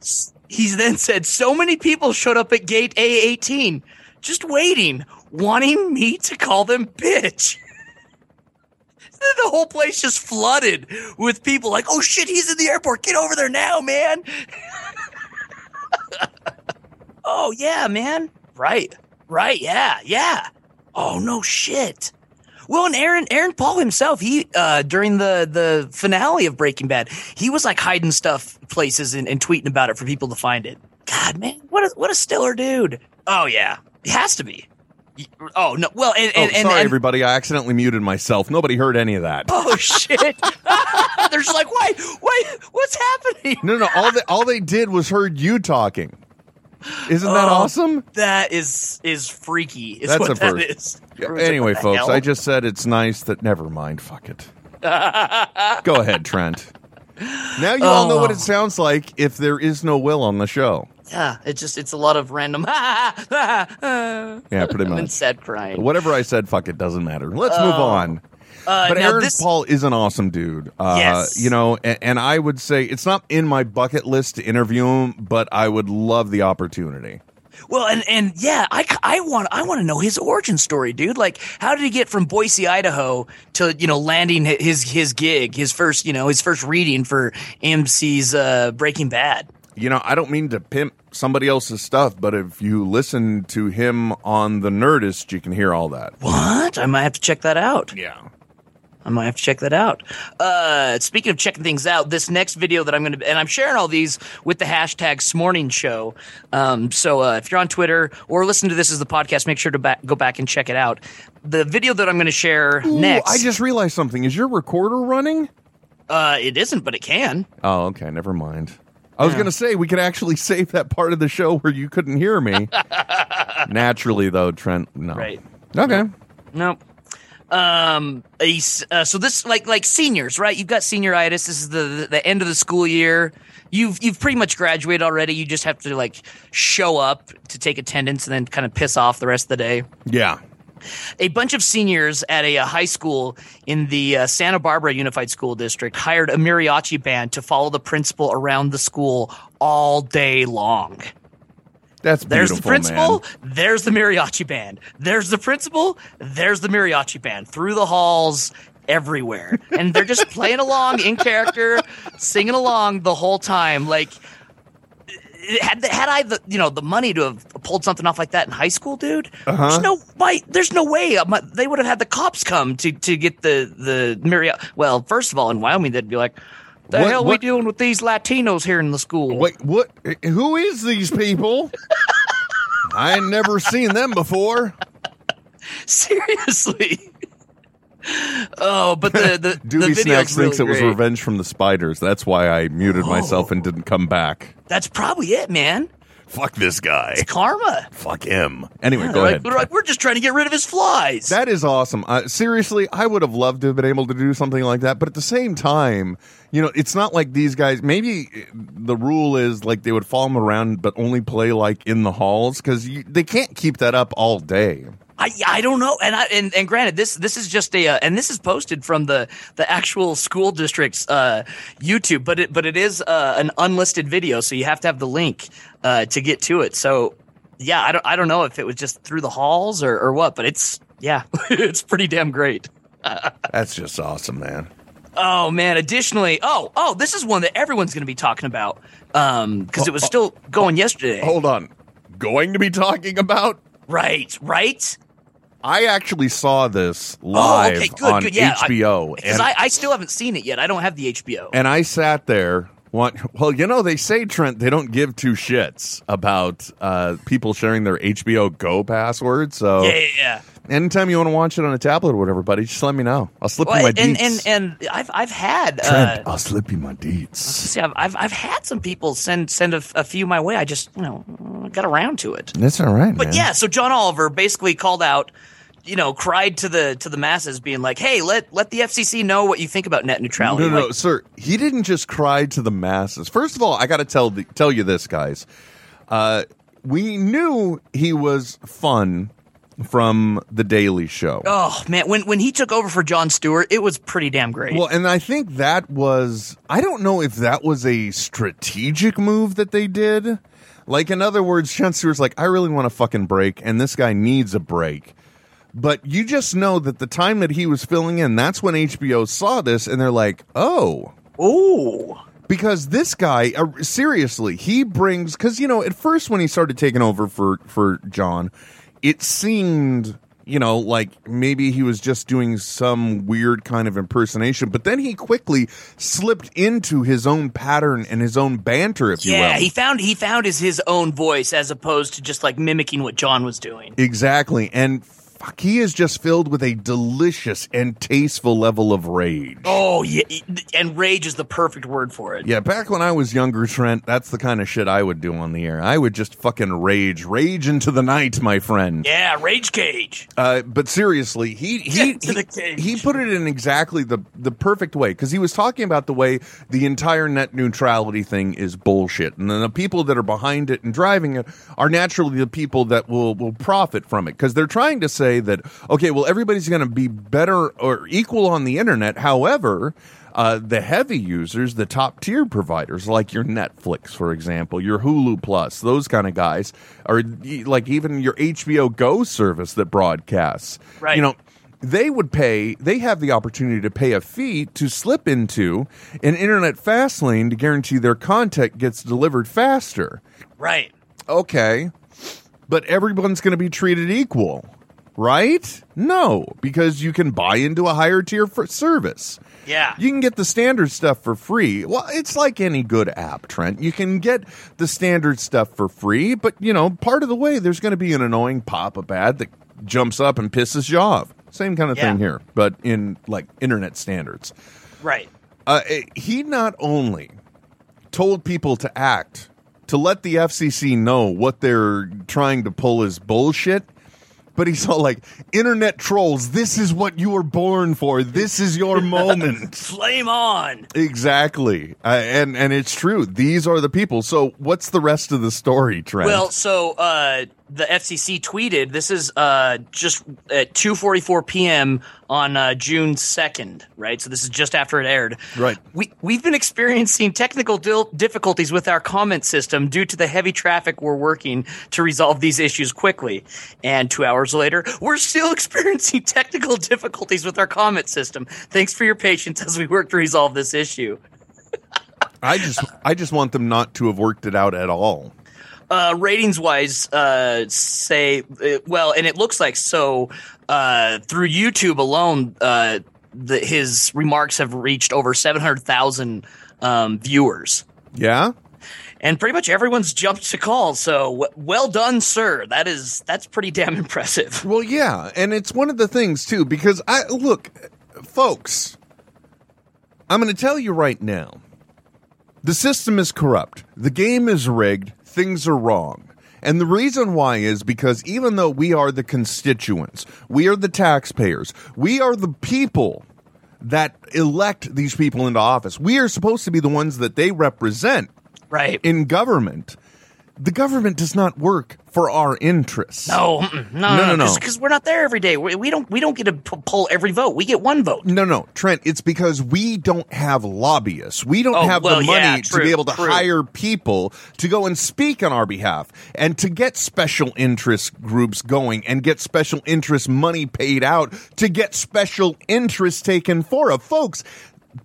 S- He's then said, So many people showed up at gate A18, just waiting, wanting me to call them bitch. The whole place just flooded with people like, oh shit, he's in the airport. Get over there now, man. oh, yeah, man. Right. Right. Yeah. Yeah. Oh, no shit. Well, and Aaron Aaron Paul himself, he uh, during the the finale of Breaking Bad, he was like hiding stuff places and, and tweeting about it for people to find it. God, man, what a what a stellar dude. Oh yeah, he has to be. Y- Oh no, well, and Oh, and, and, sorry, and- everybody. I accidentally muted myself. Nobody heard any of that. oh shit, they're just like, wait, wait, what's happening? No, no. All they all they did was heard you talking. Isn't that Oh. awesome? That is is freaky. Is That's what a that first. is. Everyone's like, Anyway, "What the folks, hell?" I just said it's nice that. Never mind. Fuck it. Go ahead, Trent. Now you all know what Oh. it sounds like if there is no Will on the show. yeah, it's just it's a lot of random and Yeah, pretty much. sad crying. Whatever I said, fuck it, doesn't matter. Let's move on. Oh. Uh, But now Aaron this- Paul is an awesome dude. Uh, Yes. You know, and, and I would say it's not in my bucket list to interview him, but I would love the opportunity. Well, and and yeah, I, c- I want I want to know his origin story, dude. Like, how did he get from Boise, Idaho, to you know landing hi- his his gig, his first you know his first reading for MC's uh, Breaking Bad? You know, I don't mean to pimp somebody else's stuff, but if you listen to him on The Nerdist, you can hear all that. What? I might have to check that out. Yeah. I might have to check that out. Uh, speaking of checking things out, this next video that I'm going to, and I'm sharing all these with the hashtag Smorning Show. Um, so uh, if you're on Twitter or listen to this as the podcast, make sure to ba- go back and check it out. The video that I'm going to share Ooh, next, I just realized something. Is your recorder running? uh, it isn't, but it can. Oh, okay. Never mind. I was going to say we could actually save that part of the show where you couldn't hear me. Naturally, though, Trent, no. Right. Okay. Nope. Um, a s- uh, so this like like seniors, right? You've got senioritis. This is the, the the end of the school year. You've you've pretty much graduated already. You just have to like show up to take attendance and then kind of piss off the rest of the day. Yeah. A bunch of seniors at a, uh high school in the uh, Santa Barbara Unified School District hired a mariachi band to follow the principal around the school all day long. That's There's the beautiful, principal. man. There's the mariachi band. There's the principal. There's the mariachi band through the halls everywhere. And they're just playing along in character, singing along the whole time. Like, had, had I the you know the money to have pulled something off like that in high school, dude? Uh-huh. There's no why. There's no way uh, my, they would have had the cops come to to get the the mariachi. Well, first of all, in Wyoming, they'd be like, "The What- hell what- we doing with these Latinos here in the school?" Wait, what? Eh, Who is these people? I ain't never seen them before. Seriously. Oh, but the the the Doobie video's Snacks really thinks it was great. Oh. revenge from the spiders. That's why I muted myself and didn't come back. That's probably it, man. Fuck this guy. It's karma. Fuck him. Anyway, go Like, ahead. We're, like, we're just trying to get rid of his flies. That is awesome. Uh, seriously, I would have loved to have been able to do something like that. But at the same time, you know, it's not like these guys. Maybe eh, the rule is like they would follow them around, but only play like in the halls because they can't keep that up all day. I I don't know. And I and, and granted, this this is just a uh, and this is posted from the the actual school district's uh, YouTube, but it but it is uh, an unlisted video, so you have to have the link uh, to get to it. So yeah, I don't I don't know if it was just through the halls or or what, but it's yeah, it's pretty damn great. That's just awesome, man. Oh man! Additionally, oh oh, this is one that everyone's going to be talking about because it was still going yesterday. Hold on. Going to be talking about? Right, right. I actually saw this Oh, live on HBO. Because I, I still haven't seen it yet. I don't have the HBO. And I sat there. Want, well, you know, they say Trent, they don't give two shits about uh, people sharing their HBO Go password. So yeah, yeah, yeah. anytime you want to watch it on a tablet or whatever, buddy, just let me know. I'll slip you Well, my and, and deets. and I've I've had uh, Trent, I'll slip you my deets. see, I've, I've I've had some people send send a, f- a few my way. I just you know got around to it. That's all right, But man. yeah, so John Oliver basically called out, you know, cried to the to the masses, being like, "Hey, let let the FCC know what you think about net No, neutrality." no, no, Like, sir. He didn't just cry to the masses. First of all, I got to tell the, tell you this, guys. Uh, we knew he was fun from the Daily Show. Oh man, when when he took over for John Stewart, it was pretty damn great. Well, and I think that was I don't know if that was a strategic move that they did. Like in other words, Chen Stewart's like, I really want a fucking break, and this guy needs a break. But you just know that the time that he was filling in, that's when HBO saw this and they're like, oh, oh, because this guy uh, seriously he brings because you know at first when he started taking over for for john it seemed you know, like maybe he was just doing some weird kind of impersonation, but then he quickly slipped into his own pattern and his own banter, if you Yeah, will. he found he found his his own voice as opposed to just like mimicking what John was doing. exactly. And fuck, he is just filled with a delicious and tasteful level of rage. Oh yeah, and rage is the perfect word for it. Yeah, back when I was younger, Trent, that's the kind of shit I would do on the air. I would just fucking rage, rage into the night, my friend. Yeah, rage cage. Uh, but seriously, he he Get to the he, cage. he put it in exactly the the perfect way because he was talking about the way the entire net neutrality thing is bullshit, and then the people that are behind it and driving it are naturally the people that will will profit from it because they're trying to say that okay, well everybody's going to be better or equal on the internet. However. Uh, the heavy users, the top tier providers like your Netflix, for example, your Hulu Plus, those kind of guys, or e- like even your HBO Go service that broadcasts. Right. You know, they would pay they have the opportunity to pay a fee to slip into an internet fast lane to guarantee their content gets delivered faster Right. okay but everyone's going to be treated equal right no because you can buy into a higher tier for service Yeah. you can get the standard stuff for free. Well, it's like any good app, Trent. You can get the standard stuff for free, but you know, part of the way there's going to be an annoying pop-up ad that jumps up and pisses you off. Same kind of Yeah. thing here, but in like internet standards. right. Uh, it- he not only told people to act, to let the FCC know what they're trying to pull is bullshit, but he's all like, internet trolls, this is what you were born for. This is your moment. Flame on. Exactly, uh, and and it's true. These are the people. So, what's the rest of the story, Trent? Well, so uh, the FCC tweeted this is uh, just at 2:44 p.m. on uh, June 2nd, right? So this is just after it aired. Right. We we've been experiencing technical dil- difficulties with our comment system due to the heavy traffic. We're working to resolve these issues quickly. And two hours later, we're still experiencing technical difficulties with our comment system. Thanks for your patience as we work to resolve this issue. I just I just want them not to have worked it out at all. uh, ratings wise, uh, say, uh, well, and it looks like so uh, through YouTube alone, uh, the, his remarks have reached over 700,000 um, viewers. Yeah, And pretty much everyone's jumped to call. So w- well done, sir. That is, that's pretty damn impressive. Well, yeah, and it's one of the things too because I look, folks, I'm going to tell you right now. The system is corrupt. The game is rigged. Things are wrong. And the reason why is because even though we are the constituents, we are the taxpayers, we are the people that elect these people into office. We are supposed to be the ones that they represent Right. in government. The government does not work for our interests. no, Oh, mm-mm, no, No, no, no, no, no. because we're not there every day. We, we don't, we don't get to p- pull every vote. We get one vote. No, no, Trent. It's because we don't have lobbyists. We don't Oh, have well, the money yeah, to true, be able to true. hire people to go and speak on our behalf and to get special interest groups going and get special interest money paid out to get special interest taken for of folks.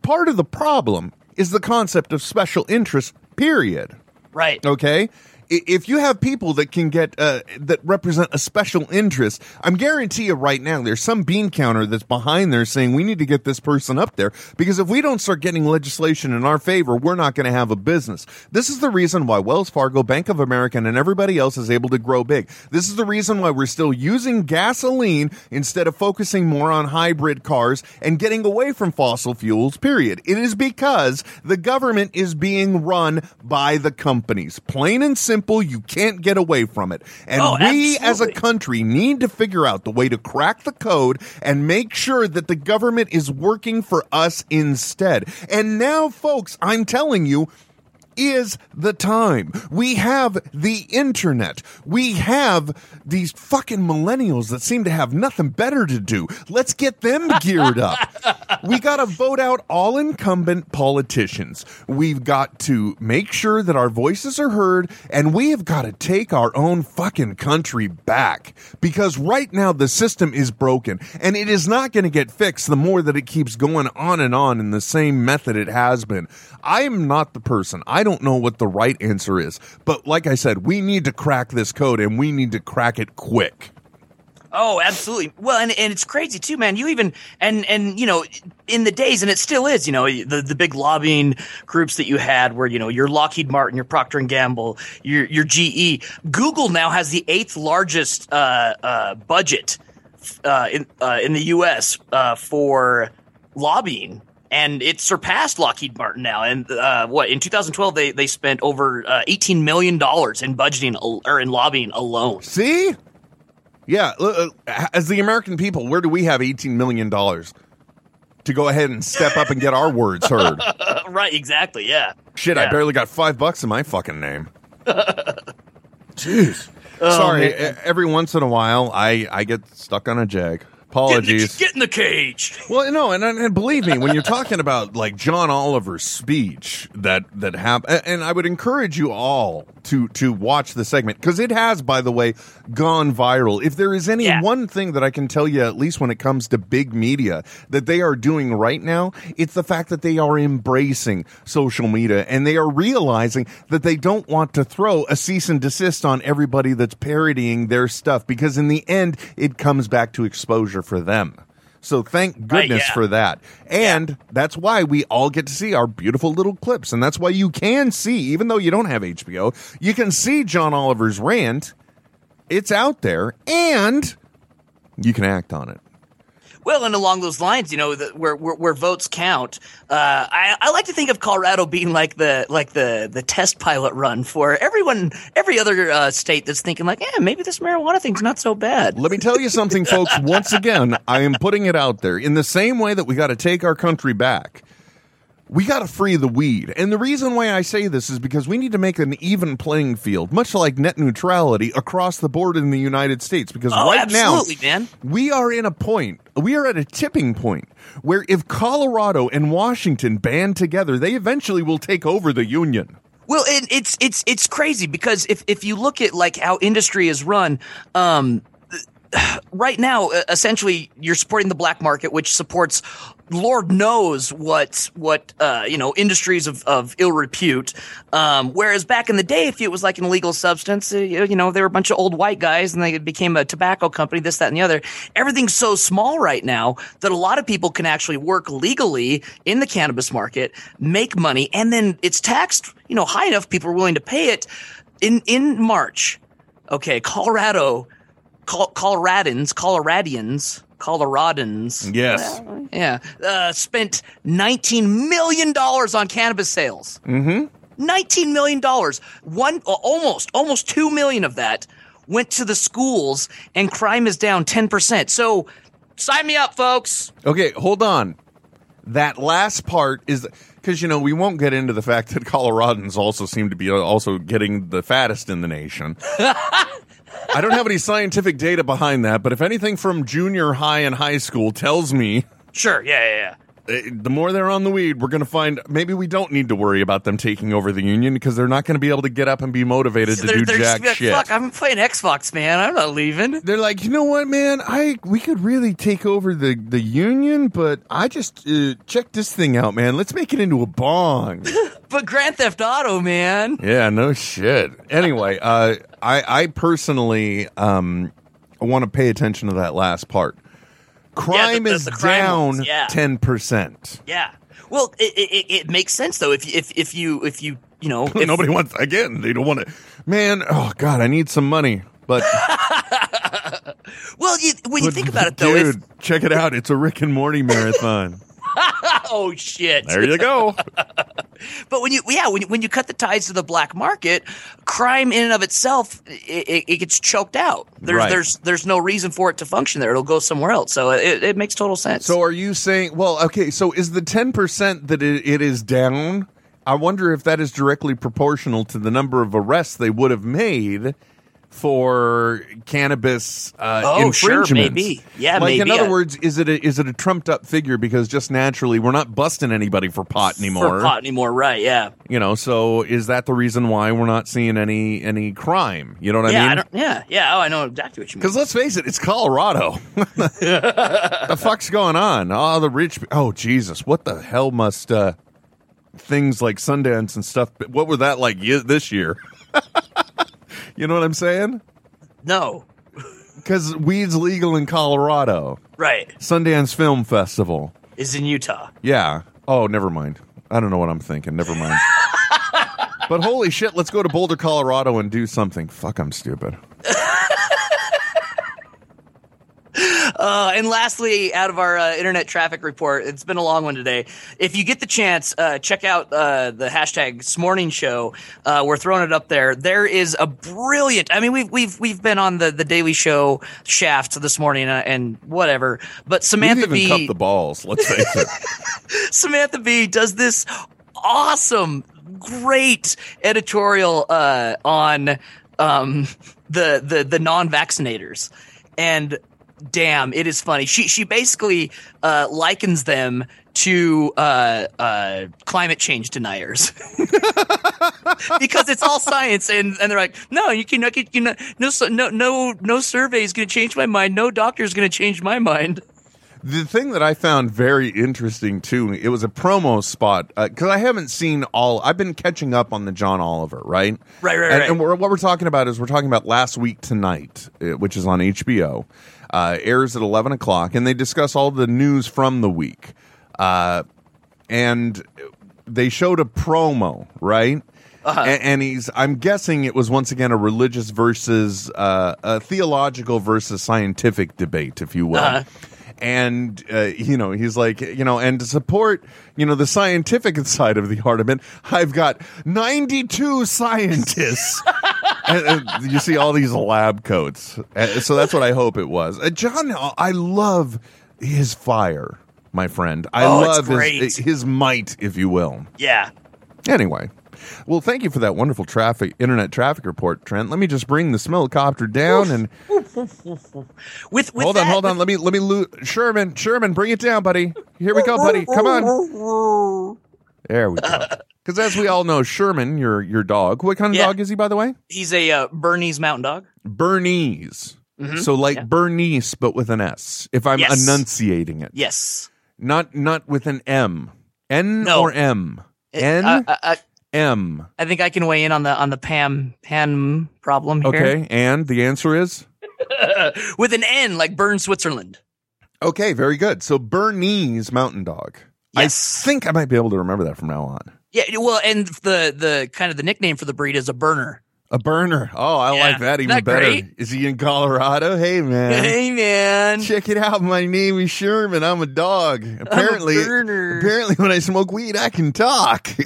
Part of the problem is the concept of special interest. Period. Right. Okay. I- If you have people that can get uh, that represent a special interest, I'm guarantee you right now there's some bean counter that's behind there saying we need to get this person up there because if we don't start getting legislation in our favor, we're not going to have a business. This is the reason why Wells Fargo, Bank of America, and everybody else is able to grow big. This is the reason why we're still using gasoline instead of focusing more on hybrid cars and getting away from fossil fuels, period. It is because the government is being run by the companies. Plain and simple, you can't get away from it. And Oh, we as a absolutely. country need to figure out the way to crack the code and make sure that the government is working for us instead. And now, folks, I'm telling you, is the time. We have the internet. We have these fucking millennials that seem to have nothing better to do. Let's get them geared up. we got to vote out all incumbent politicians. We've got to make sure that our voices are heard and we have got to take our own fucking country back because right now the system is broken and it is not going to get fixed the more that it keeps going on and on in the same method it has been. I am not the person. I don't know what the right answer is, but like I said, we need to crack this code and we need to crack it quick. Oh, absolutely. Well, and, and it's crazy too, man. You even and and you know, in the days, and it still is. You know, the the big lobbying groups that you had, where you know your Lockheed Martin, your Procter and Gamble, your your GE, Google now has the eighth largest uh, uh, budget uh, in uh, in the U.S. Uh, for lobbying. And it surpassed Lockheed Martin now. And uh, what in 2012 they, they spent over uh, 18 million dollars in budgeting al- or in lobbying alone. See? Yeah. l- uh, As the American people, where do we have $18 million to go ahead and step up and get our words heard? Uh, right? Exactly. Yeah. Shit, I Yeah. barely got five bucks in my fucking name. Jeez. Sorry. Oh, e- Every once in a while, I, I get stuck on a jag. Get in, the, Apologies. get in the cage. Well, no, and, and believe me, when you're talking about like John Oliver's speech that that happened, and I would encourage you all to to watch the segment because it has, by the way, gone viral. If there is any Yeah. one thing that I can tell you, at least when it comes to big media, that they are doing right now, it's the fact that they are embracing social media and they are realizing that they don't want to throw a cease and desist on everybody that's parodying their stuff because in the end, it comes back to exposure for them. So thank Right, goodness yeah. for that. And that's why we all get to see our beautiful little clips. And that's why you can see, even though you don't have HBO, you can see John Oliver's rant. It's out there and you can act on it. Well, and along those lines, you know, the, where, where where votes count, uh, I, I like to think of Colorado being like the like the the test pilot run for everyone, every other uh, state that's thinking like, yeah, maybe this marijuana thing's not so bad. Let me tell you something, folks. Once again, I am putting it out there in the same way that we got to take our country back. We got to free the weed. And the reason why I say this is because we need to make an even playing field, much like net neutrality across the board in the United States. Because Oh, right absolutely, now, man. we are in a point, we are at a tipping point where if Colorado and Washington band together, they eventually will take over the Union. Well, it, it's it's it's crazy because if if you look at like how industry is run, um, right now e- essentially you're supporting the black market, which supports Lord knows what what uh, you know industries of, of ill repute. Um, whereas back in the day, if it was like an illegal substance, uh, you you know they were a bunch of old white guys and they became a tobacco company, this that and the other. Everything's so small right now that a lot of people can actually work legally in the cannabis market, make money, and then it's taxed you know high enough people are willing to pay it. In in March, okay, Colorado Col- Coloradans, Coloradians, Coloradans. Yes. Yeah. Uh, spent $19 million on cannabis sales. Mm Mm-hmm. hmm. $19 million. One, uh, almost, almost 2 million of that went to the schools, and crime is down 10%. So sign me up, folks. Okay, hold on. That last part is because you know we won't get into the fact that Coloradans also seem to be uh, also getting the fattest in the nation. I don't have any scientific data behind that, but if anything from junior high and high school tells me Sure. Yeah, yeah, yeah. eh, the more they're on the weed, we're going to find maybe we don't need to worry about them taking over the union because they're not going to be able to get up and be motivated to They're- do they're just jack like, shit. Fuck, I'm playing Xbox, man. I'm not leaving. they're like, you know what, man? I we could really take over the the union, but I just uh, check this thing out, man. Let's make it into a bong. But Grand Theft Auto, man. yeah, no shit. Anyway, uh, I I personally um want to pay attention to that last part. Crime the- is the crime down ones, yeah. ten percent. Yeah. Well, it, it, it- it makes sense though. If you- if if you if you you know if, Nobody wants again. They don't want it. Man, oh god, I need some money, but. Well, you, when you but think about it though, if, dude, check it out. It's a Rick and Morty marathon. oh shit. there you go. But when you yeah when you- when you cut the ties to the black market, crime in and of itself it, it, it gets choked out. There's Right. there's there's no reason for it to function there. It'll go somewhere else. So it, it makes total sense. So are you saying? Well, okay. So is the ten percent that it, it is down? I wonder if that is directly proportional to the number of arrests they would have made for cannabis uh, Oh, sure, infringements. maybe. Yeah, Like in maybe, other yeah. words, is it a, is it a trumped up figure because just naturally we're not busting anybody for pot anymore? for pot anymore, right? Yeah. You know. So is that the reason why we're not seeing any any crime? You know what yeah. I I mean? don't, yeah. Yeah. Oh, I know exactly what you mean. Because let's face it, it's Colorado. the fuck's going on? Oh, the rich. Oh, Jesus. What the hell must uh, things like Sundance and stuff, what were that like ye- this year? you know what I'm saying? No. because weed's legal in Colorado. Right. Sundance Film Festival. Is in Utah. Yeah. Oh, never mind. I don't know what I'm thinking. Never mind. but holy shit, let's go to Boulder, Colorado and do something. Fuck, I'm stupid. Uh, and lastly, out of our uh, internet traffic report, it's been a long one today. If you get the chance, uh, check out uh, the hashtag Smorning Show. Uh, we're throwing it up there. There is a brilliant. I mean, we've we've we've been on the the Daily Show shaft this morning uh, and whatever. But We've Samantha even B. cupped the balls, let's face it. Samantha Bee does this awesome, great editorial uh, on um, the the the non-vaccinators, and damn, it is funny. She she basically uh, likens them to uh, uh, climate change deniers because it's all science, and, and they're like, no, you can you can no no no no survey is going to change my mind. No doctor is going to change my mind. The thing that I found very interesting too, it was a promo spot because I haven't seen all. I've been catching up on the John Oliver, right? Right, right, And, right. and we're, what we're talking about is we're talking about last week tonight, uh, which is on HBO, uh, airs at eleven o'clock, and they discuss all the news from the week. Uh, and they showed a promo, right? A- And, he's, I'm guessing it was once again a religious versus uh, a theological versus scientific debate, if you will. Uh-huh. And, uh, you know, he's like, you know, and to support, you know, the scientific side of the argument, I've got 92 scientists. And, uh, you see all these lab coats. Uh, so that's what I hope it was. Uh, John, I love his fire, my friend. I Oh, it's love great. his, uh, his might, if you will. Yeah. Anyway, well, thank you for that wonderful traffic internet traffic report, Trent. Let me just bring the smellicopter down and With, with hold on, that- hold on. Let me let me lose Sherman. Sherman, bring it down, buddy. Here we go, buddy. Come on. There we go. Because as we all know, Sherman, your your dog. What kind of Yeah. dog is he, by the way? He's a uh, Bernese Mountain Dog. Bernese. So like Bernice, but with an S. If I'm Mm-hmm. Yes. enunciating it, Yes. not not with an M. N No. or M. I- N I, I- M. uh, I think I can weigh in on the on the Pam Pam problem here. Okay, and the answer is With an N, like Bern, Switzerland. Okay, very good. So Bernese Mountain Dog. Yes. I think I might be able to remember that from now on. Yeah. Well, and the the kind of the nickname for the breed is a burner. A burner. Oh, I Yeah. like that even Isn't that better. great? Is he in Colorado? Hey man. Hey man. Check it out. My name is Sherman. I'm a dog. Apparently burner. apparently when I smoke weed I can talk.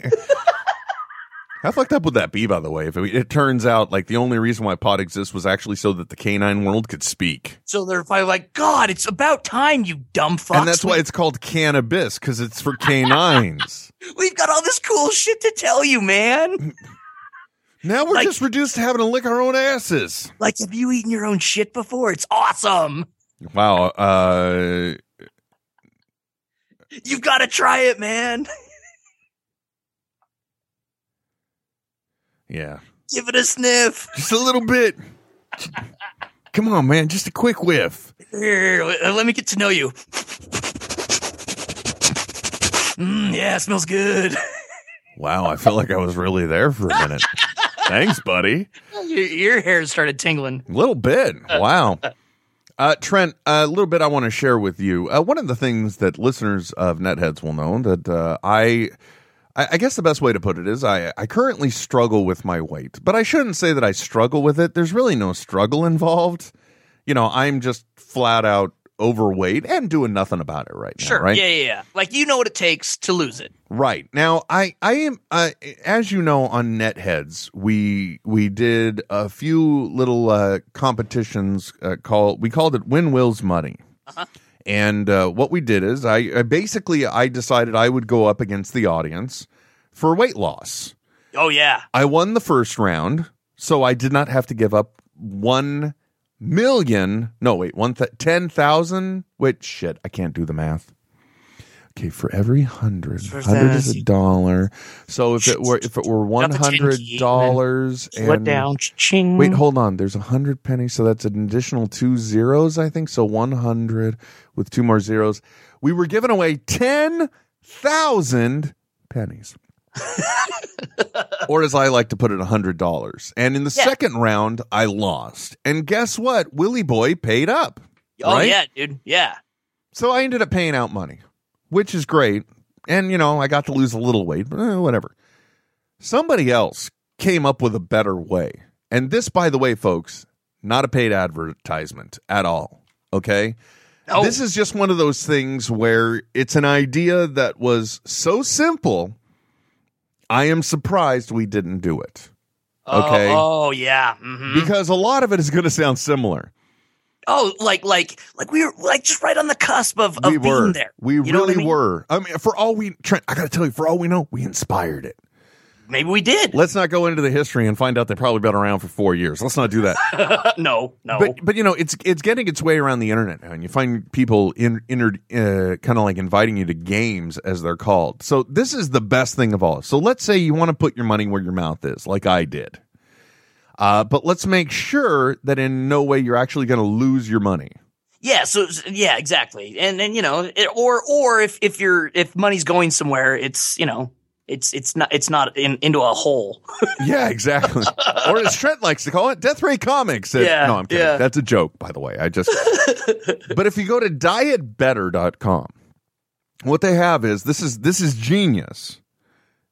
How fucked up would that be, by the way? If it, it turns out like the only reason why pot exists was actually so that the canine world could speak, So they're probably like, God, it's about time, you dumb fucks. and that's why We- it's called cannabis because it's for canines. we've got all this cool shit to tell you, Mm-hmm. man. now we're Like- just reduced to having to lick our own asses. Like, have you eaten your own shit before? It's awesome. Wow. Uh, You've got to try it, man. yeah. Give it a sniff. Just a little bit. Come on, man. Just a quick whiff. Here, let let me get to know you. Mm, yeah, it smells good. Wow. I felt like I was really there for a minute. Thanks, buddy. Your, your hair started tingling. A little bit. Wow. Uh, Trent, a little bit I want to share with you. Uh, one of the things that listeners of Netheads will know that uh, I, I, I guess the best way to put it is I, I currently struggle with my weight, but I shouldn't say that I struggle with it. There's really no struggle involved. You know, I'm just flat out overweight and doing nothing about it right now. Sure. Right. Yeah, yeah, yeah. Like you know what it takes to lose it. Right now, I I am uh, as you know on Netheads, we we did a few little uh, competitions. Uh, call we called it Win Will's Money, and uh, what we did is I, I basically I decided I would go up against the audience for weight loss. Oh yeah. I won the first round, so I did not have to give up one million. No, wait, one th- ten thousand. Wait, shit, I can't do the math. Okay, for every hundred, For hundred is a thousand. dollar. So if it were if it were one Got the 10 hundred key, dollars, Let down. Ching. Wait, hold on. There's a hundred pennies, so that's an additional two zeros, I think. So one hundred with two more zeros. We were giving away ten thousand pennies. or as I like to put it, $100. And in the Yeah. second round, I lost. And guess what? Willie Boy paid up. Oh Right? yeah, dude. Yeah. So I ended up paying out money, which is great. And, you know, I got to lose a little weight, but eh, whatever. Somebody else came up with a better way. And this, by the way, folks, not a paid advertisement at all. Okay. Oh, This is just one of those things where it's an idea that was so simple. I am surprised we didn't do it oh, okay. Oh, yeah. mhm. because a lot of it is going to sound similar. Oh, like like like we were like just right on the cusp of, of we being were. there. We You know what I really mean? were. I mean, for all we, Trent, I got to tell you, for all we know, we inspired it. Maybe we did. Let's not go into the history and find out they've probably been around for four years. Let's not do that. no, no. But but you know, it's it's getting its way around the internet now, and you find people in, inter, uh, kind of like inviting you to games as they're called. So this is the best thing of all. So let's say you want to put your money where your mouth is, like I did. Uh, but let's make sure that in no way you're actually going to lose your money. yeah, so so- yeah, exactly. And and you know, it, or or if if you're if money's going somewhere, it's you know, it's it's not it's not in, into a hole. Yeah, exactly. or as Trent likes to call it, Death Ray Comics. It- Yeah, no, I'm kidding. yeah. That's a joke, by the way. I just. but if you go to dietbetter.com, what they have is this is this is genius.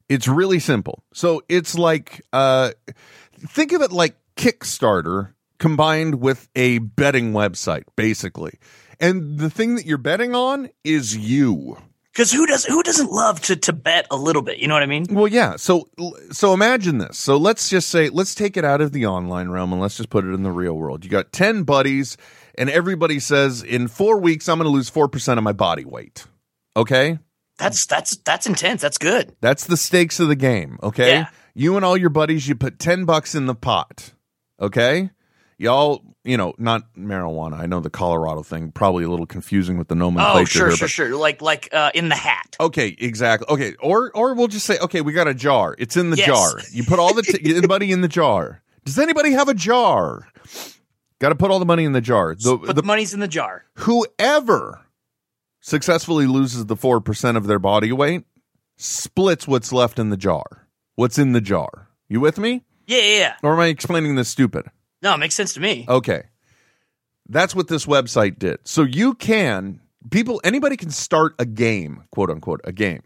It's really simple. So it's like uh think of it like Kickstarter combined with a betting website basically. And the thing that you're betting on is you. Cuz who does who doesn't love to to bet a little bit, you know what I mean? Well, yeah. So so imagine this. So let's just say let's take it out of the online realm and let's just put it in the real world. You got 10 buddies and everybody says in 4 weeks I'm going to lose 4% of my body weight. Okay? That's that's that's intense. That's good. That's the stakes of the game, okay? Yeah. You and all your buddies you put 10 bucks in the pot. Okay? Y'all, you know, not marijuana. I know the Colorado thing probably a little confusing with the nomenclature Oh, sure, here, sure, but- sure. Like like uh in the hat. Okay, exactly. Okay, or or we'll just say, okay, we got a jar. It's in the Yes. jar. You put all the t- anybody in the jar. Does anybody have a jar? Got to put all the money in the jar. The, Put the the money's in the jar. whoever successfully loses the four percent of their body weight splits what's left in the jar. What's in the jar? You with me, Yeah, yeah, yeah. or am I explaining this stupid? No, it makes sense to me. Okay. That's what this website did. So you can people anybody can start a game, quote unquote, a game.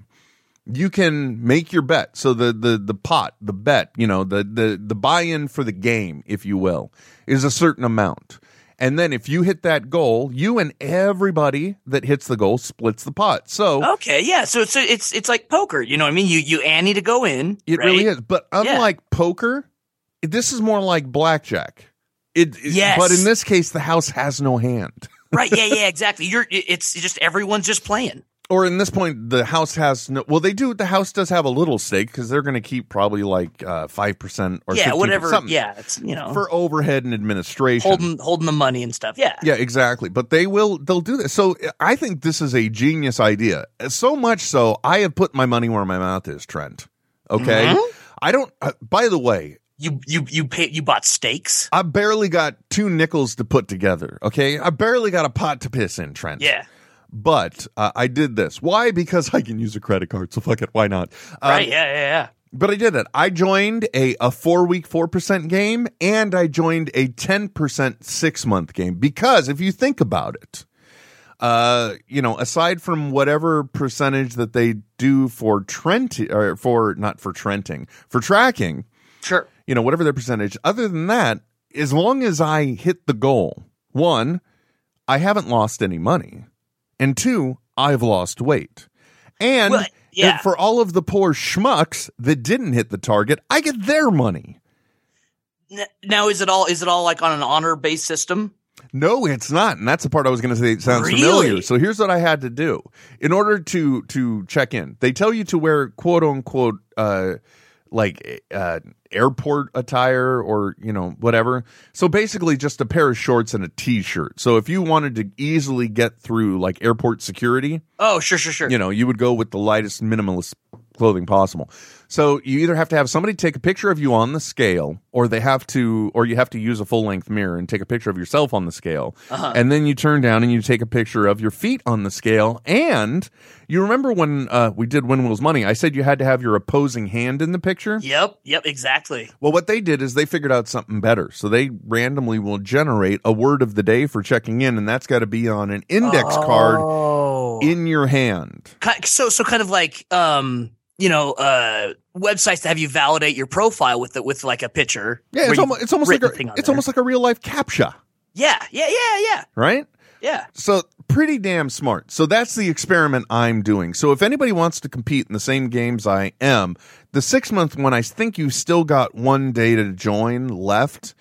You can make your bet. So the the the pot, the bet, you know, the the the buy-in for the game, if you will, is a certain amount. And then if you hit that goal, you and everybody that hits the goal splits the pot. So Okay, yeah. So, so it's it's like poker. You know what I mean? You you and need to go in. It right? really is. But Yeah. unlike poker, this is more like blackjack. It, it- Yes. but in this case the house has no hand. right. Yeah, yeah, exactly. You're it- it's just everyone's just playing. or in this point the house has no well they do the house does have a little stake because they're going to keep probably like uh 5% or yeah, 15%, whatever. something Yeah, it's you know for overhead and administration holding holding the money and stuff. Yeah. yeah exactly but they will they'll do this so i think this is a genius idea so much so i have put my money where my mouth is trent okay Mhm. i don't uh, by the way You you you pay you bought stakes. i barely got two nickels to put together okay i barely got a pot to piss in trent Yeah. but uh, i did this why because i can use a credit card so fuck it why not Um, Right. Yeah. Yeah. Yeah. But I did that. I joined a, a four week, 4% game and I joined a 10% six month game because if you think about it, uh, you know, aside from whatever percentage that they do for Trent or for not for Trenting, for tracking, Sure. you know, whatever their percentage, other than that, as long as I hit the goal, one, I haven't lost any money, and two, I've lost weight. And, Well, yeah. and for all of the poor schmucks that didn't hit the target, I get their money. N- Now is it all is it all like on an honor based system? No, it's not, and that's the part I was going to say. It sounds Really? familiar. So here's what I had to do in order to to check in. They tell you to wear quote unquote uh, like uh, airport attire or you know whatever. So basically, just a pair of shorts and a t-shirt. So if you wanted to easily get through like airport security, Oh, sure, sure, sure. you know, you would go with the lightest minimalist clothing possible. So you either have to have somebody take a picture of you on the scale, or they have to, or you have to use a full length mirror and take a picture of yourself on the scale, and then you turn down and you take a picture of your feet on the scale. And you remember when uh, we did Win Will's Money? I said you had to have your opposing hand in the picture. Yep. Yep. Exactly. Well, what they did is they figured out something better. So they randomly will generate a word of the day for checking in, and that's got to be on an index card Oh. in your hand. Ki- so so kind of like um you know uh websites that have you validate your profile with the, with like a picture. Yeah, where it's you- almost, it's almost like written a, thing on it's there. almost like a real life captcha, yeah yeah yeah yeah right? yeah. So pretty damn smart. So that's the experiment I'm doing. So if anybody wants to compete in the same games I am, the six month one, I think you still got one day to join left,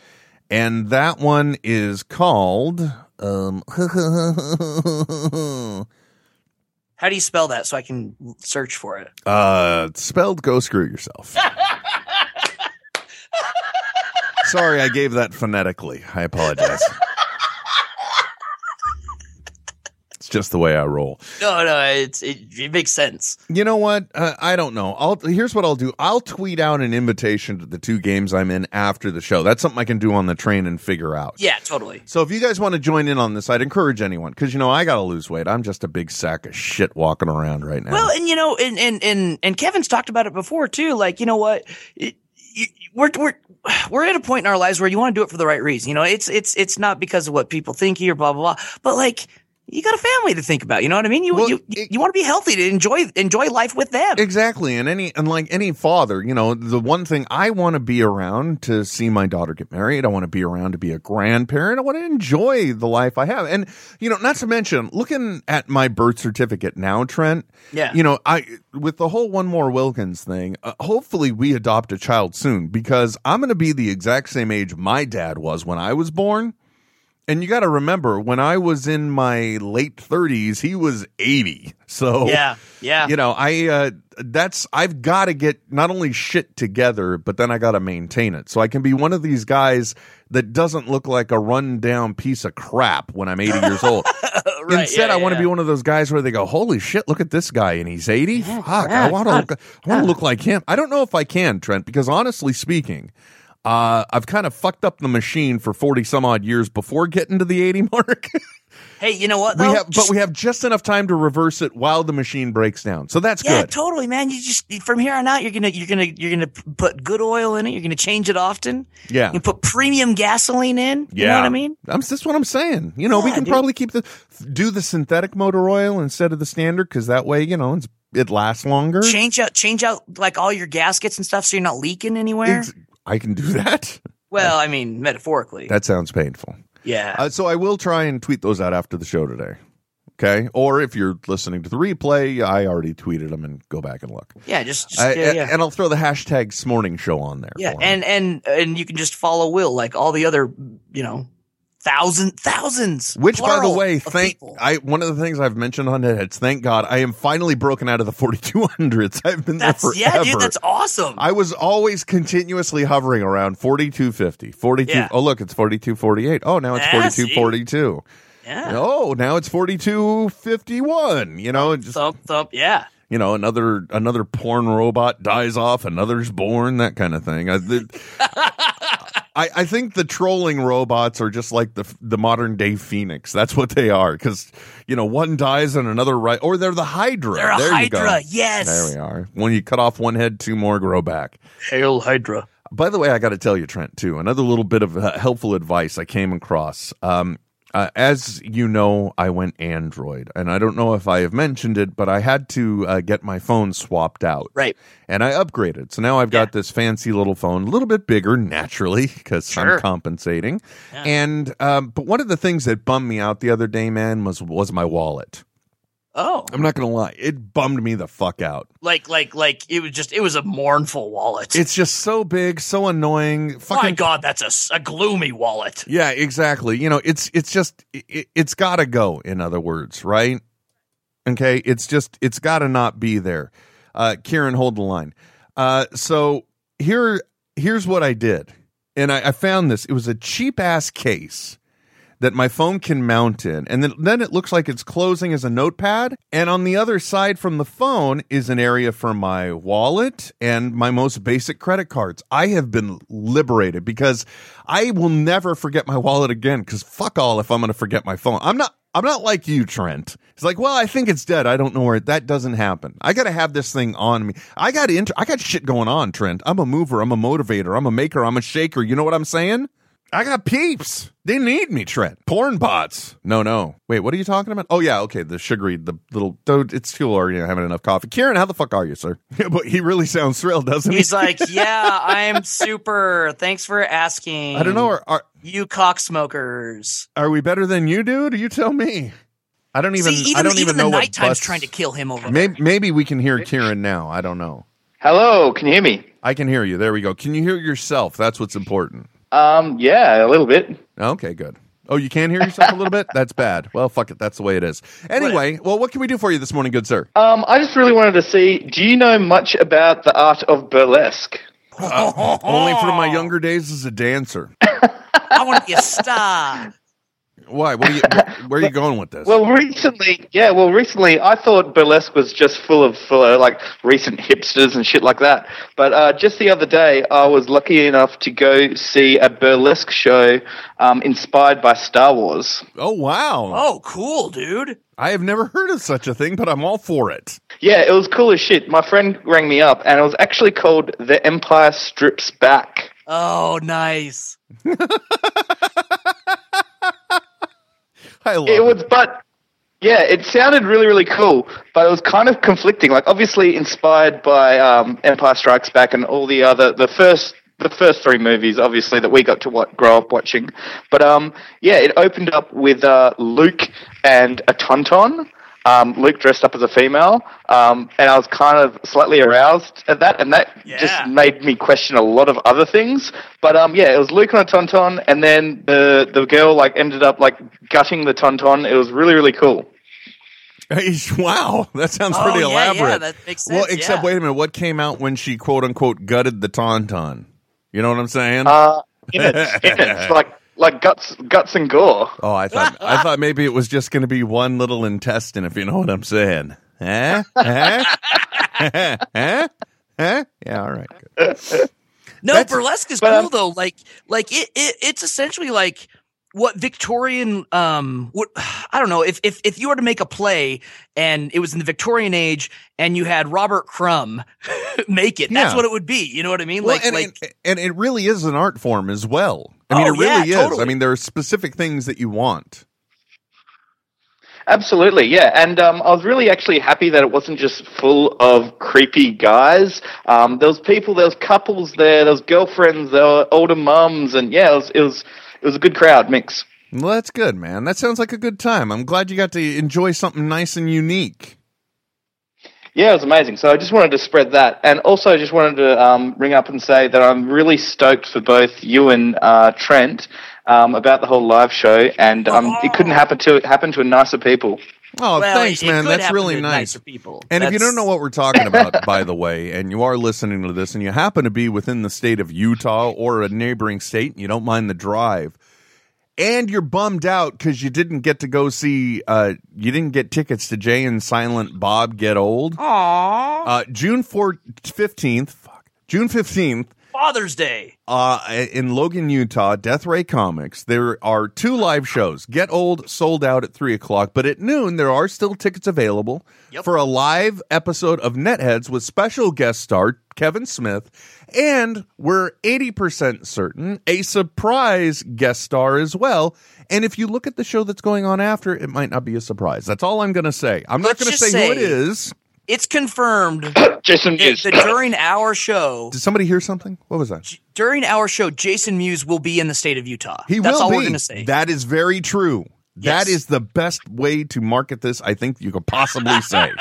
and that one is called um. How do you spell that so I can search for it? Uh, spelled go screw yourself. Sorry, I gave that phonetically. I apologize. it's just the way I roll. No no it's it, it makes sense. You know what? Uh, I don't know. I'll here's what I'll do. I'll tweet out an invitation to the two games I'm in after the show. That's something I can do on the train and figure out. Yeah totally. So if you guys want to join in on this, I'd encourage anyone because you know I gotta lose weight. I'm just a big sack of shit walking around right now. Well and you know and and and and Kevin's talked about it before too. Like you know what. It, you- we're, we're we're at a point in our lives where you want to do it for the right reason. You know, it's it's it's not because of what people think you or blah blah blah. But like, you got a family to think about. You know what I mean? You Well, you, it- you want to be healthy to enjoy enjoy life with them. Exactly. And any and like any father, you know, the one thing I want to be around to see my daughter get married. I want to be around to be a grandparent. I want to enjoy the life I have. And you know, not to mention looking at my birth certificate now, Trent. Yeah. You know, I with the whole one more Wilkins thing, uh, hopefully we adopt a child soon because I'm going to be the exact same age my dad was when I was born. And you got to remember when I was in my late 30s, he was 80. So Yeah, yeah. you know i uh that's i've got to get not only shit together but then i got to maintain it so i can be one of these guys that doesn't look like a rundown piece of crap when i'm 80 years old Right, instead yeah, i want to yeah. be one of those guys where they go holy shit look at this guy and he's 80 fuck i want to look i want to look like him i don't know if i can trent because honestly speaking uh, I've kind of fucked up the machine for forty some odd years before getting to the eighty mark. Hey, you know what? we though? have, but Just- we have just enough time to reverse it while the machine breaks down. So that's yeah, good. totally, man. You just from here on out, you're gonna you're gonna you're gonna p- put good oil in it. You're gonna change it often. Yeah. You put premium gasoline in. You know what I mean? I'm, that's what I'm saying. You know, we Yeah, can dude. probably keep the do the synthetic motor oil instead of the standard because that way, you know, it's, it lasts longer. Change out change out like all your gaskets and stuff, so you're not leaking anywhere. Ex- I can do that. well, I mean metaphorically. That sounds painful. yeah. Uh, so I will try and tweet those out after the show today. Okay, or if you're listening to the replay, I already tweeted them and go back and look. yeah. Just, just I- e, yeah. yeah. And I'll throw the hashtag "This Morning Show" on there. yeah. for 'em. And and and you can just follow Will like all the other you know thousand thousands. Which, by plural, the way, of thank people. I. One of the things I've mentioned on Headheads, thank God, I am finally broken out of the 4200s. I've been that's there forever. yeah, dude. That's awesome. I was always continuously hovering around 4250, 42. Yeah. Oh, look, it's 4248. Oh, now it's Ah, 4242. yeah. Oh, now it's 4251. You know, and just Thump thump. Yeah. you know, another another porn robot dies off, another's born, that kind of thing. I the, I, I think the trolling robots are just like the the modern day phoenix. That's what they are because you know one dies and another right, or they're the Hydra. They're a there You go. Hydra. Yes. There we are. When you cut off one head, two more grow back. Hail Hydra. By the way, I got to tell you, Trent, too, another little bit of uh, helpful advice I came across. Um, uh, as you know, I went Android, and I don't know if I have mentioned it, but I had to uh, get my phone swapped out. Right. And I upgraded. So now I've got this fancy little phone, a little bit bigger, naturally, because I'm Sure. compensating. Yeah. And, um, but one of the things that bummed me out the other day, man, was, was my wallet. Oh, I'm not going to lie. It bummed me the fuck out. like like like it was just it was a mournful wallet. It's just so big, so annoying. my Fucking God, that's a s- a, gloomy wallet. Yeah, exactly. You know, it's it's just it, it's got to go. In other words, right? Okay, it's just it's got to not be there. Uh, Kieran, hold the line. Uh, so here here's what I did, and I, I found this. It was a cheap ass case that my phone can mount in. And then, then it looks like it's closing as a notepad. And on the other side from the phone is an area for my wallet and my most basic credit cards. I have been liberated because I will never forget my wallet again because fuck all if I'm going to forget my phone. I'm not. I'm not like you, Trent. It's like, well, I think it's dead. I don't know where it, that doesn't happen. I got to have this thing on me. I got inter- I got shit going on, Trent. I'm a mover. I'm a motivator. I'm a maker. I'm a shaker. You know what I'm saying? I got peeps. They need me, Trent. Porn bots. No, no. Wait, what are you talking about? Oh, yeah, okay. The sugary, the little. dude, It's too already having enough coffee. Kieran, how the fuck are you, sir? but he really sounds thrilled, doesn't he? He's like, yeah, I'm super. Thanks for asking. I don't know. Are, are You cocksmokers. are we better than you, dude? You tell me. I don't even. See, even, I don't even, even, know the what nighttime's bus- trying to kill him over. Maybe, maybe we can hear Kieran now. I don't know. Hello, can you hear me? I can hear you. There we go. Can you hear yourself? That's what's important. Um, yeah, a little bit. Okay, good. Oh, you can hear yourself a little bit? That's bad. Well, fuck it. That's the way it is. Anyway, well, what can we do for you this morning, good sir? Um, I just really wanted to see. Do you know much about the art of burlesque? Only from my younger days as a dancer. I want to be a star. Why? What are you, where are you going with this? Well, recently, yeah, well, recently I thought burlesque was just full of full of, like recent hipsters and shit like that. But uh, just the other day, I was lucky enough to go see a burlesque show um, inspired by Star Wars. oh, wow. Oh, cool, dude. I have never heard of such a thing, but I'm all for it. Yeah, it was cool as shit. My friend rang me up, and it was actually called "The Empire Strips Back." Oh, nice. I love it was but yeah it sounded really really cool but it was kind of conflicting like obviously inspired by um, empire strikes back and all the other the first the first three movies obviously that we got to what, grow up watching but um yeah it opened up with uh, luke and a tauntaun um, Luke dressed up as a female, um, and I was kind of slightly aroused at that, and that Yeah. just made me question a lot of other things. But um, yeah, it was Luke on a tauntaun, and then the the girl like ended up like gutting the tauntaun. It was really really cool. it. Wow. That sounds oh, pretty yeah, elaborate. Yeah, that makes sense. well, except yeah. wait a minute. What came out when she quote unquote gutted the tauntaun? You know what I'm saying? Uh, innards, innards, like like guts guts and gore. oh, I thought I thought maybe it was just going to be one little intestine, if you know what I'm saying. Eh? Eh? Eh? Eh? Eh? Yeah. All right. Good. No, That's- burlesque is but, cool um, though. Like, like it, it, it's essentially like what Victorian, um, what I don't know. If if if you were to make a play and it was in the Victorian age and you had Robert Crumb make it, that's Yeah. what it would be. You know what I mean? Well, like, and, like and, and it really is an art form as well. I mean, Oh, it really yeah, is. totally. I mean, there are specific things that you want. Absolutely, yeah. And um, I was really actually happy that it wasn't just full of creepy guys. Um, there was people, there was couples there, there was girlfriends, there were older mums, and yeah, it was it was, it was a good crowd mix. Well, that's good, man. That sounds like a good time. I'm glad you got to enjoy something nice and unique. Yeah, it was amazing. So I just wanted to spread that, and also I just wanted to um, ring up and say that I'm really stoked for both you and uh, Trent um, about the whole live show, and um, it couldn't happen to happen to a nicer people. Oh, well, thanks, it- it man. could That's happen really to nice. nicer people. And if you That's- don't know what we're talking about, by the way, and you are listening to this and you happen to be within the state of Utah or a neighboring state and you don't mind the drive, and you're bummed out because you didn't get to go see, uh, you didn't get tickets to Jay and Silent Bob Get Old, Aww. uh, June 4th, 15th, fuck, June 15th, Father's Day. uh, in Logan, Utah, Death Ray Comics. There are two live shows. Get Old sold out at three o'clock, but at noon there are still tickets available Yep. for a live episode of Netheads with special guest star Kevin Smith, and we're eighty percent certain a surprise guest star as well. And if you look at the show that's going on after, it might not be a surprise. That's all I'm going to say. I'm Let's not going to just say, who it say- is. It's confirmed Jason that Mewes. that during our show, Did somebody hear something? What was that? j- during our show, Jason Mewes will be in the state of Utah. He That's will all be. we're gonna say. That is very true. That Yes. is the best way to market this. I think you could possibly say.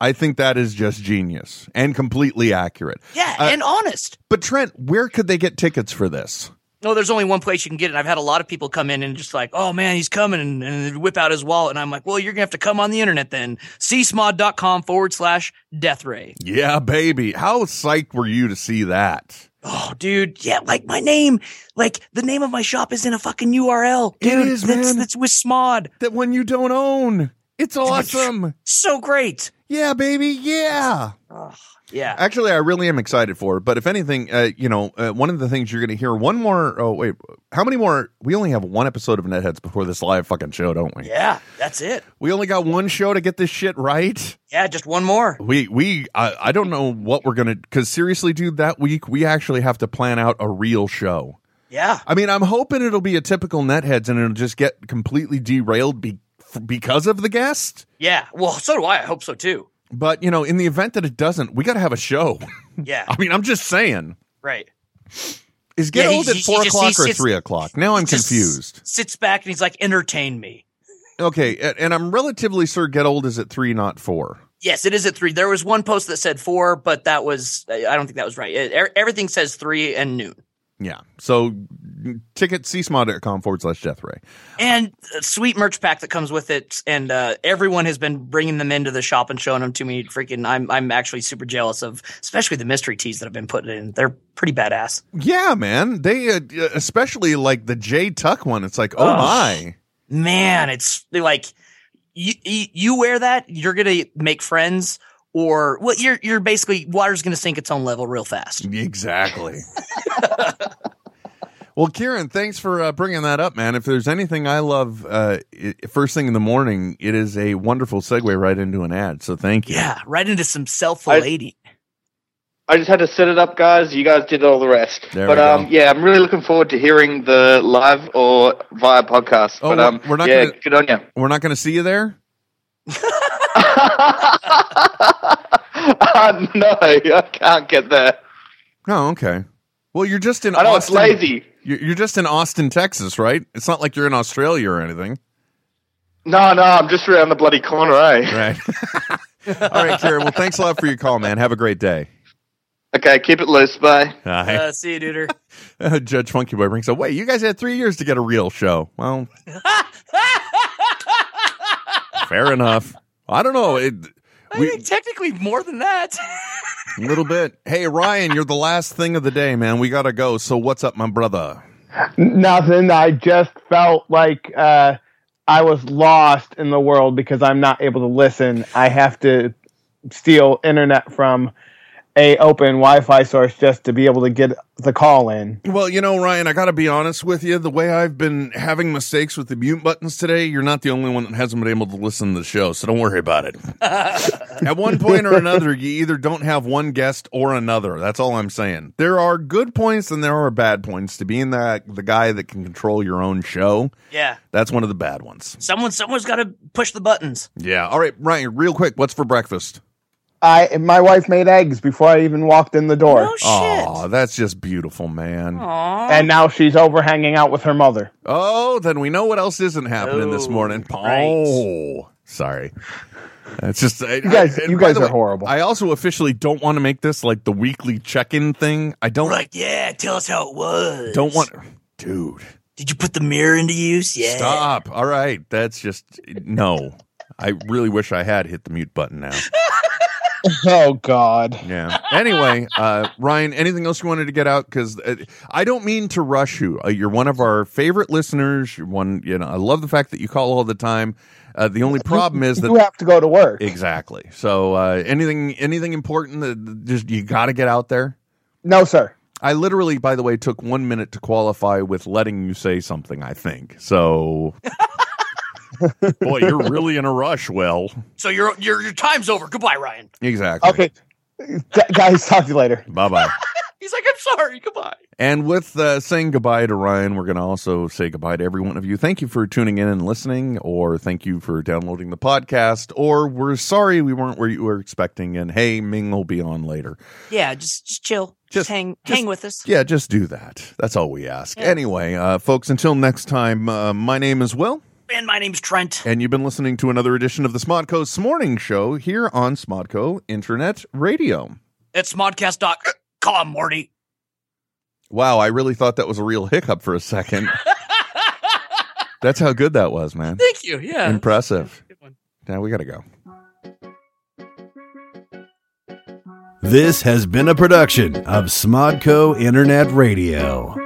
I think that is just genius and completely accurate. yeah, Uh, and honest. But Trent, where could they get tickets for this? No, there's only one place you can get it. I've had a lot of people come in and just like, oh man, he's coming and, and whip out his wallet. And I'm like, well, you're going to have to come on the internet then. csmod.com forward slash death ray. Yeah, baby. How psyched were you to see that? Oh, dude, yeah, like my name, like the name of my shop is in a fucking URL, It dude. is, that's man. that's with Smod. That one you don't own. It's awesome. So great. Yeah, baby. Yeah. Oh, yeah. Actually, I really am excited for it. But if anything, uh, you know, uh, one of the things you're going to hear one more. Oh, wait. How many more? We only have one episode of Netheads before this live fucking show, don't we? yeah, that's it. We only got one show to get this shit right. Yeah, just one more. We we I, I don't know what we're gonna because seriously, dude, that week we actually have to plan out a real show. Yeah. I mean, I'm hoping it'll be a typical netheads and it'll just get completely derailed be, f- because of the guest. Yeah. Well, so do I. I hope so too. But you know, in the event that it doesn't, we got to have a show. Yeah. I mean, I'm just saying. Right. Is get Yeah, he- old at he- he four just- o'clock he or sits- three o'clock? Now I'm Just confused. Sits back and he's like, entertain me. Okay, and, and I'm relatively sure get old is at three, not four. Yes, it is at three. There was one post that said four, but that was, I don't think that was right. It- er- everything says three and noon. Yeah. So mm, ticket csmod.com forward slash death ray. And a sweet merch pack that comes with it. And uh, everyone has been bringing them into the shop and showing them to me. Freaking, I'm, I'm actually super jealous of, especially the mystery teas that have been put in. They're pretty badass. Yeah, man. They uh, especially like the J Tuck one. It's like, oh Ugh. my. man, it's like you, you you wear that, you're gonna make friends, or well, you're you're basically water's gonna sink its own level real fast. Exactly. well, Kieran, thanks for uh, bringing that up, man. If there's anything I love uh, i first thing in the morning, it is a wonderful segue right into an ad. So thank you. Yeah, right into some self filleting. I just had to set it up, guys. You guys did all the rest. There but we go. um, yeah, I'm really looking forward to hearing the live or via podcast. Oh, but we're- um, we're not yeah, gonna- good on you. We're not going to see you there. uh, no, I can't get there. Oh, okay. Well, you're just in I know it's Austin. lazy. You're you're just in Austin, Texas, right? It's not like you're in Australia or anything, No, no, I'm just around the bloody corner, eh? right? All right, Kieran. Well, thanks a lot for your call, man. Have a great day. Okay, keep it loose. Bye. Hi. Uh, see you, duder. Uh, Judge Funky Boy brings up. Wait, you guys had three years to get a real show. Well, fair enough. I don't know. It, I We- think technically more than that. a little bit. Hey, Ryan, you're the last thing of the day, man. We gotta go. So what's up, my brother? Nothing. I just felt like uh, I was lost in the world because I'm not able to listen. I have to steal internet from a open Wi-Fi source just to be able to get the call in. Well, you know, Ryan, I gotta be honest with you. The way I've been having mistakes with the mute buttons today, you're not the only one that hasn't been able to listen to the show. So don't worry about it. At one point or another, you either don't have one guest or another. That's all I'm saying. There are good points and there are bad points to being the the guy that can control your own show. yeah, That's one of the bad ones. someone someone's got to push the buttons. Yeah. All right, Ryan, real quick, what's for breakfast? I my wife made eggs before I even walked in the door, Oh shit. Oh, that's just beautiful, man. Aw. and now she's over hanging out with her mother. Oh, then we know what else isn't happening this Oh, morning. right. Oh, sorry. That's just I, You guys, I- and you by guys the are way, horrible. I also officially don't want to make this like the weekly check-in thing. I don't We're like, yeah, tell us how it was. don't want, dude. Did you put the mirror into use? Yeah. Stop. All right, that's just no. I really wish I had hit the mute button now. oh God. Yeah. Anyway, uh, Ryan, anything else you wanted to get out? Because uh, I don't mean to rush you. Uh, you're one of our favorite listeners. You're one, you know, I love the fact that you call all the time. Uh, the only problem is You that have to go to work. exactly. So uh, anything, anything important that that just you got to get out there. No, sir. I literally, by the way, took one minute to qualify with letting you say something. I think so. Boy, you're really in a rush. Well, So your your your time's over. Goodbye, Ryan. exactly. Okay, Gu- guys, talk to you later. Bye bye. He's like, I'm sorry. Goodbye. And with uh, saying goodbye to Ryan, we're going to also say goodbye to every one of you. Thank you for tuning in and listening, or thank you for downloading the podcast, or we're sorry we weren't where you were expecting. And hey, Ming will be on later. Yeah, just just chill. Just- Just, hang just- hang with us. Yeah, just do that. That's all we ask. Yeah. Anyway, uh, folks, until next time, uh, my name is Will, And my name's Trent. and you've been listening to another edition of the Smodco's Morning Show here on Smodco Internet Radio. It's modcast.com, Morty. Wow, I really thought that was a real hiccup for a second. That's how good that was, man. Thank you. Yeah. Mm. Impressive. Good one. Now we got to go. This has been a production of Smodco Internet Radio.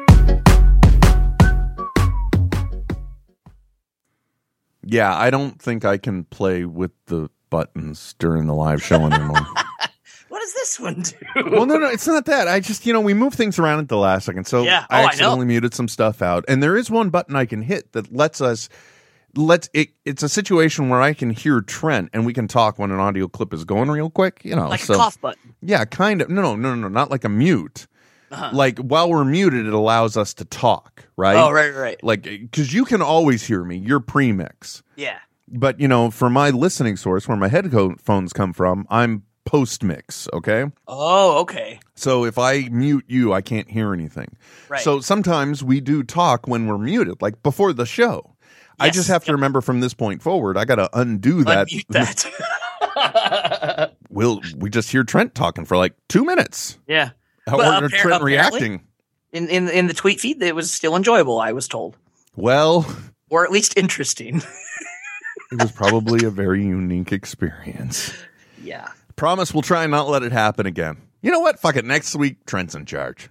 Yeah, I don't think I can play with the buttons during the live show anymore. What does this one do? well, no, no, it's not that. I just, you know, we move things around at the last second. So Yeah. I Oh, I know. accidentally muted some stuff out. And there is one button I can hit that lets us let's it it's a situation where I can hear Trent and we can talk when an audio clip is going real quick, you know. like so a cough button. yeah, kind of. No, no, no, no, not like a mute. Like while we're muted it allows us to talk, right? Uh-huh. Oh, right, right, right. Like cuz you can always hear me. You're premix Yeah. but you know, for my listening source, where my headphones come from, I'm post mix. Okay, Oh, okay. so if I mute you, I can't hear anything. Right. So sometimes we do talk when we're muted, like before the show. I Yes. just have to remember from this point forward, I got to undo that. Unmute that. We'll we just hear Trent talking for like two minutes. yeah. How Well, are appar- Trent apparently- reacting? In in in the tweet feed, it was still enjoyable. I was told, Well, or at least interesting. it was probably a very unique experience. yeah. Promise we'll try and not let it happen again. You know what? Fuck it. Next week, Trent's in charge.